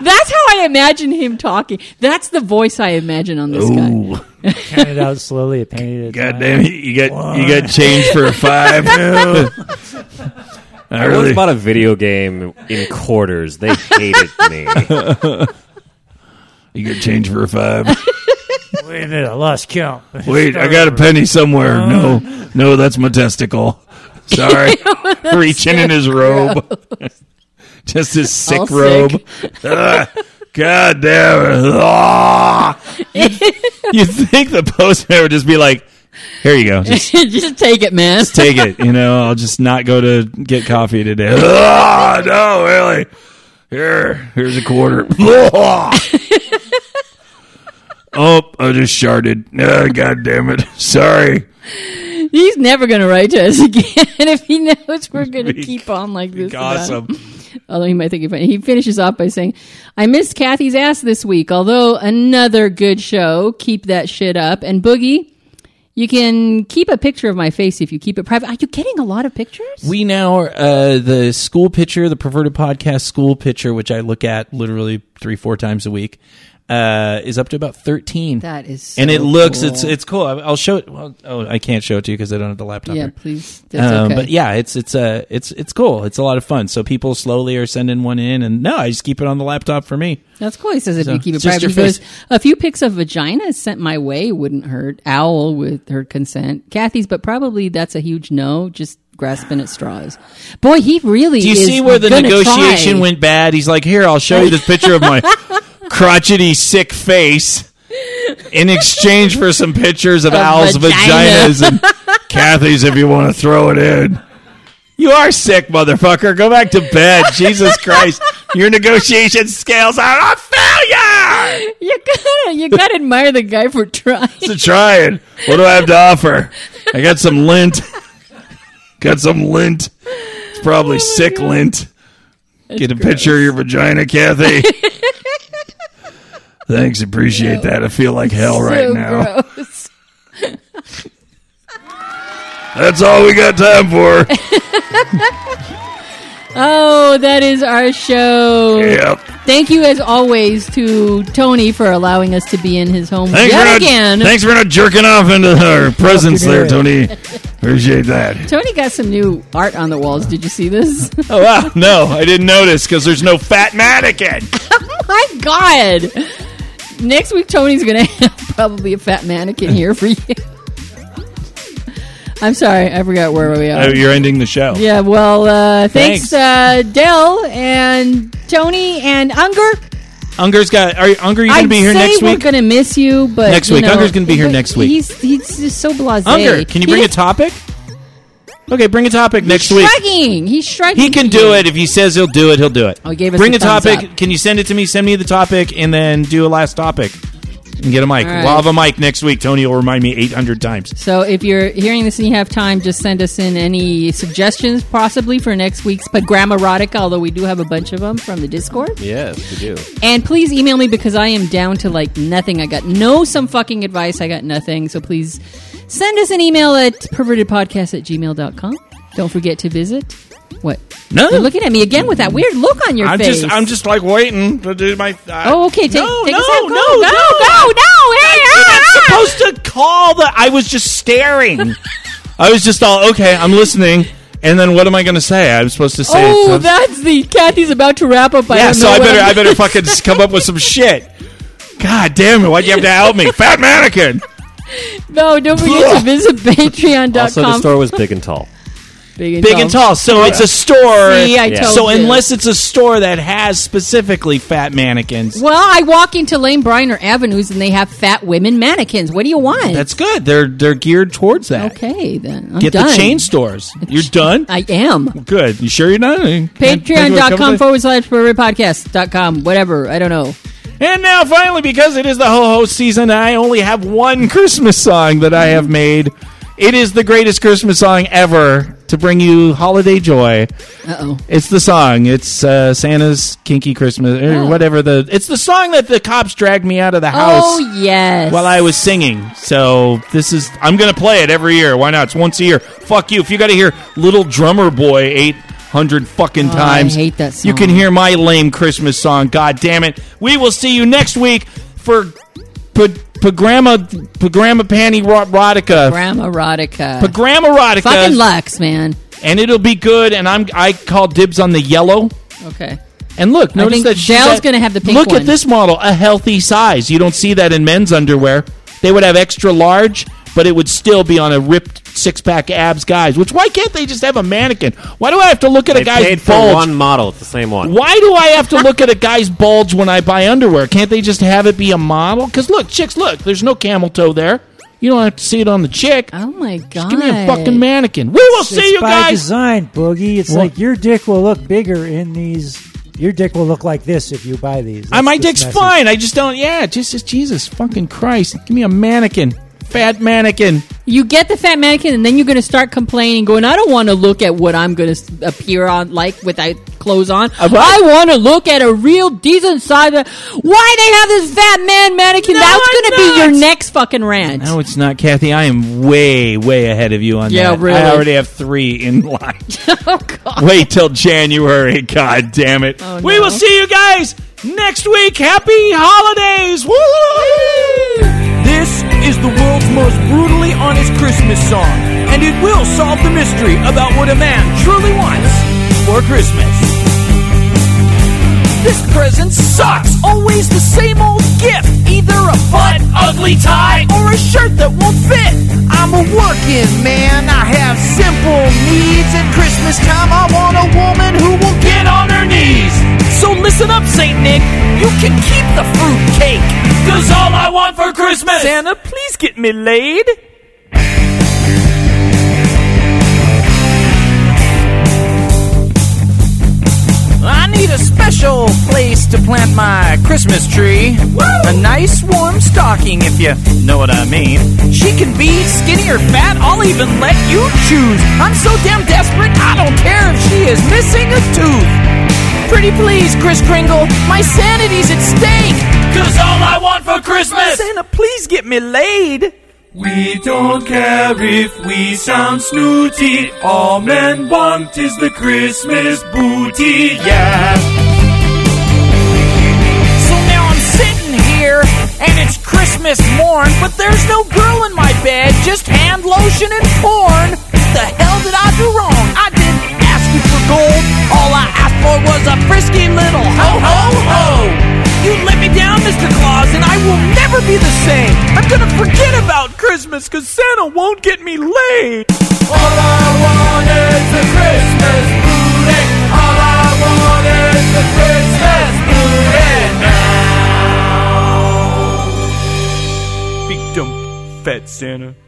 That's how I imagine him talking. That's the voice I imagine on this guy. Count it out slowly, a penny at a time. God damn it! You got you got change for a five. I I once bought a video game in quarters. They hated me. You got change for a five. Wait a minute, I lost count. Wait, I got a penny somewhere. Uh-huh. No, no, that's my testicle. Sorry. Reaching in his robe. Just his sick All sick. robe. Ugh. God damn it. Ah. you think the postman would just be like, here you go. Just Just take it, man. take it. You know, I'll just not go to get coffee today. Ah, no, really. Here, here's a quarter. Ah. oh, I just sharded. Ah, God damn it. Sorry. He's never going to write to us again if he knows we're going to keep on like this. about it. Awesome. Although he might think he, he finishes off by saying, "I missed Kathy's ass this week. Although another good show. Keep that shit up." And Boogie, you can keep a picture of my face if you keep it private. Are you getting a lot of pictures? We now are uh, the school picture, the perverted podcast school picture, which I look at literally three, four times a week, uh, is up to about thirteen. that is, so and it looks cool. it's it's cool. I- I'll show it. Well, oh, I can't show it to you because I don't have the laptop. yeah, here. please. That's Um, okay. But yeah, it's it's uh it's it's cool. It's a lot of fun. So people slowly are sending one in, and no, I just keep it on the laptop for me. That's cool. He says if So, you keep it it's just private, he your goes, face. a few pics of vagina sent my way wouldn't hurt. Owl with her consent. Kathy's, but probably that's a huge no. Just grasping at straws. Boy, he really. Do you is see where the gonna negotiation try. went bad? He's like, here, I'll show you this picture of my crotchety, sick face in exchange for some pictures of Of Al's vagina. vaginas and Kathy's if you want to throw it in. You are sick, motherfucker. Go back to bed. Jesus Christ. Your negotiation scales are a failure. You gotta, you gotta admire the guy for trying. So try it. What do I have to offer? I got some lint. Got some lint. It's probably Oh sick lint. Get a picture of your vagina, Kathy. Thanks, appreciate that. I feel like hell right so now. gross. That's all we got time for. Oh, that is our show. yep. Thank you, as always, to Tony for allowing us to be in his home Thanks for yet not, again. Thanks for not jerking off into our presence there, Tony. Appreciate that. Tony got some new art on the walls. Did you see this? Oh wow, no, I didn't notice because there's no fat mannequin. my god next week tony's gonna have probably a fat mannequin here for you i'm sorry i forgot where we are Oh, you're ending the show. yeah well uh, thanks, Thanks. Uh, dell and tony and unger Unger's got. Are Unger you i going to be here say next we're week? gonna miss you but Next you week. know, Unger's gonna be here but next week. he's he's just so blasé Unger, can you bring a he's topic? Okay, bring a topic next week. shrugging he's shrugging He can do it if he says he'll do it. He'll do it. Oh, he gave us bring the a thumbs topic. up. Can you send it to me? Send me the topic and then do a last topic. and get a mic. All right. Lava mic next week. Tony will remind me 800 times. So if you're hearing this and you have time, just send us in any suggestions, possibly for next week's Pagrammarotica, although we do have a bunch of them from the Discord. Yes, we do. And please email me because I am down to like nothing. I got no some fucking advice. I got nothing. So please send us an email at pervertedpodcast at gmail.com. Don't forget to visit. What? No. You're looking at me again with that weird look on your I'm face. just, I'm just like waiting to do my. uh, I- Oh, okay. Take, no, take no, us out. Go, no, go, no, go, no. Hey, ah, ah. You're not supposed to call the. I was just staring. I was just all okay. I'm listening, and then what am I going to say? I'm supposed to say. Oh, something- that's the Kathy's about to wrap up. I yeah. don't So know I what better, I'm I better fucking s- come up with some shit. God damn it! Why'd you have to help me, fat mannequin? No, don't forget to visit patreon.com. Also, the store was big and tall. big and, Big and tall. So it's a store. Um, See, I told so you. unless it's a store that has specifically fat mannequins, Well, I walk into Lane Bryner Avenues and they have fat women mannequins. What do you want? that's good. They're they're geared towards that. okay then. I'm Get done. the chain stores. You're done. I am. Good. You sure you're not? Patreon.com forward slash brewery podcast.com. Whatever. I don't know. And now, finally, because it is the ho ho season, I only have one Christmas song that I have made. It is the greatest Christmas song ever to bring you holiday joy. Uh oh. It's the song. It's uh, Santa's Kinky Christmas or Oh. whatever the. It's the song that the cops dragged me out of the house Oh, yes. while I was singing. So this is I'm gonna play it every year. Why not? It's once a year. Fuck you. If you gotta hear Little Drummer Boy eight hundred fucking Oh, I times. hate that song. You can hear my lame Christmas song, god damn it. We will see you next week for Pagramma Pagramma Panty Ro- Erotica. Graham erotica. Pagramma Erotica. Fucking Lux, man. And it'll be good and I'm I call dibs on the yellow. Okay. And look, notice think that she's Dell's at- gonna have the pink Look one. at this model, a healthy size. You don't see that in men's underwear. They would have extra large, but it would still be on a ripped six pack abs guys. Which why can't they just have a mannequin? Why do I have to look at They a guy's paid for bulge? one model. It's the same one. Why do I have to look at a guy's bulge when I buy underwear? Can't they just have it be a model? Because look, chicks, look, there's no camel toe there. You don't have to see it on the chick. Oh, my God. Give me a fucking mannequin. We will see it's you by guys. design, Boogie. It's Well- like your dick will look bigger in these. Your dick will look like this if you buy these. I, That's my this dick's message. fine. I just don't. Yeah, just, just Jesus fucking Christ. Give me a mannequin, fat mannequin. You get the fat mannequin, and then you're going to start complaining, going, "I don't want to look at what I'm going to appear on like without clothes on. Uh, I want to look at a real decent size. Of- Why they have this fat man mannequin? No, That's I'm going to be not. your next fucking rant. No, it's not, Kathy. I am way, way ahead of you on Yeah, that. really. I already have three in line. oh God. Wait till January. God damn it. Oh, We no. will see you guys next week. Happy holidays. Woo! This is the world's most brutally honest Christmas song, and it will solve the mystery about what a man truly wants for Christmas. This present sucks! Always the same old gift! Either a butt, ugly tie, or a shirt that won't fit! I'm a working man, I have simple needs. At Christmas time, I want a woman who will get on her knees! So listen up, St. Nick, you can keep the fruit cake! Cause all I want for Christmas! Santa, please get me laid! I need a special place to plant my Christmas tree. A nice warm stocking, if you know what I mean. She can be skinny or fat, I'll even let you choose. I'm so damn desperate, I don't care if she is missing a tooth. Pretty please, Chris Kringle, my sanity's at stake. Cause all I want for Christmas, Santa, please get me laid. We don't care if we sound snooty. All men want is the Christmas booty, yeah. So now I'm sitting here, and it's Christmas morn, but there's no girl in my bed, just hand lotion and porn. What the hell did I do wrong? I didn't ask you for gold. All I asked for was a frisky little ho ho ho. You let me down, Mr. Claus, and I will never be the same. I'm gonna forget about Christmas, cause Santa won't get me laid. All I want is the Christmas booty. All I want is the Christmas booty now. Big dumb fat Santa.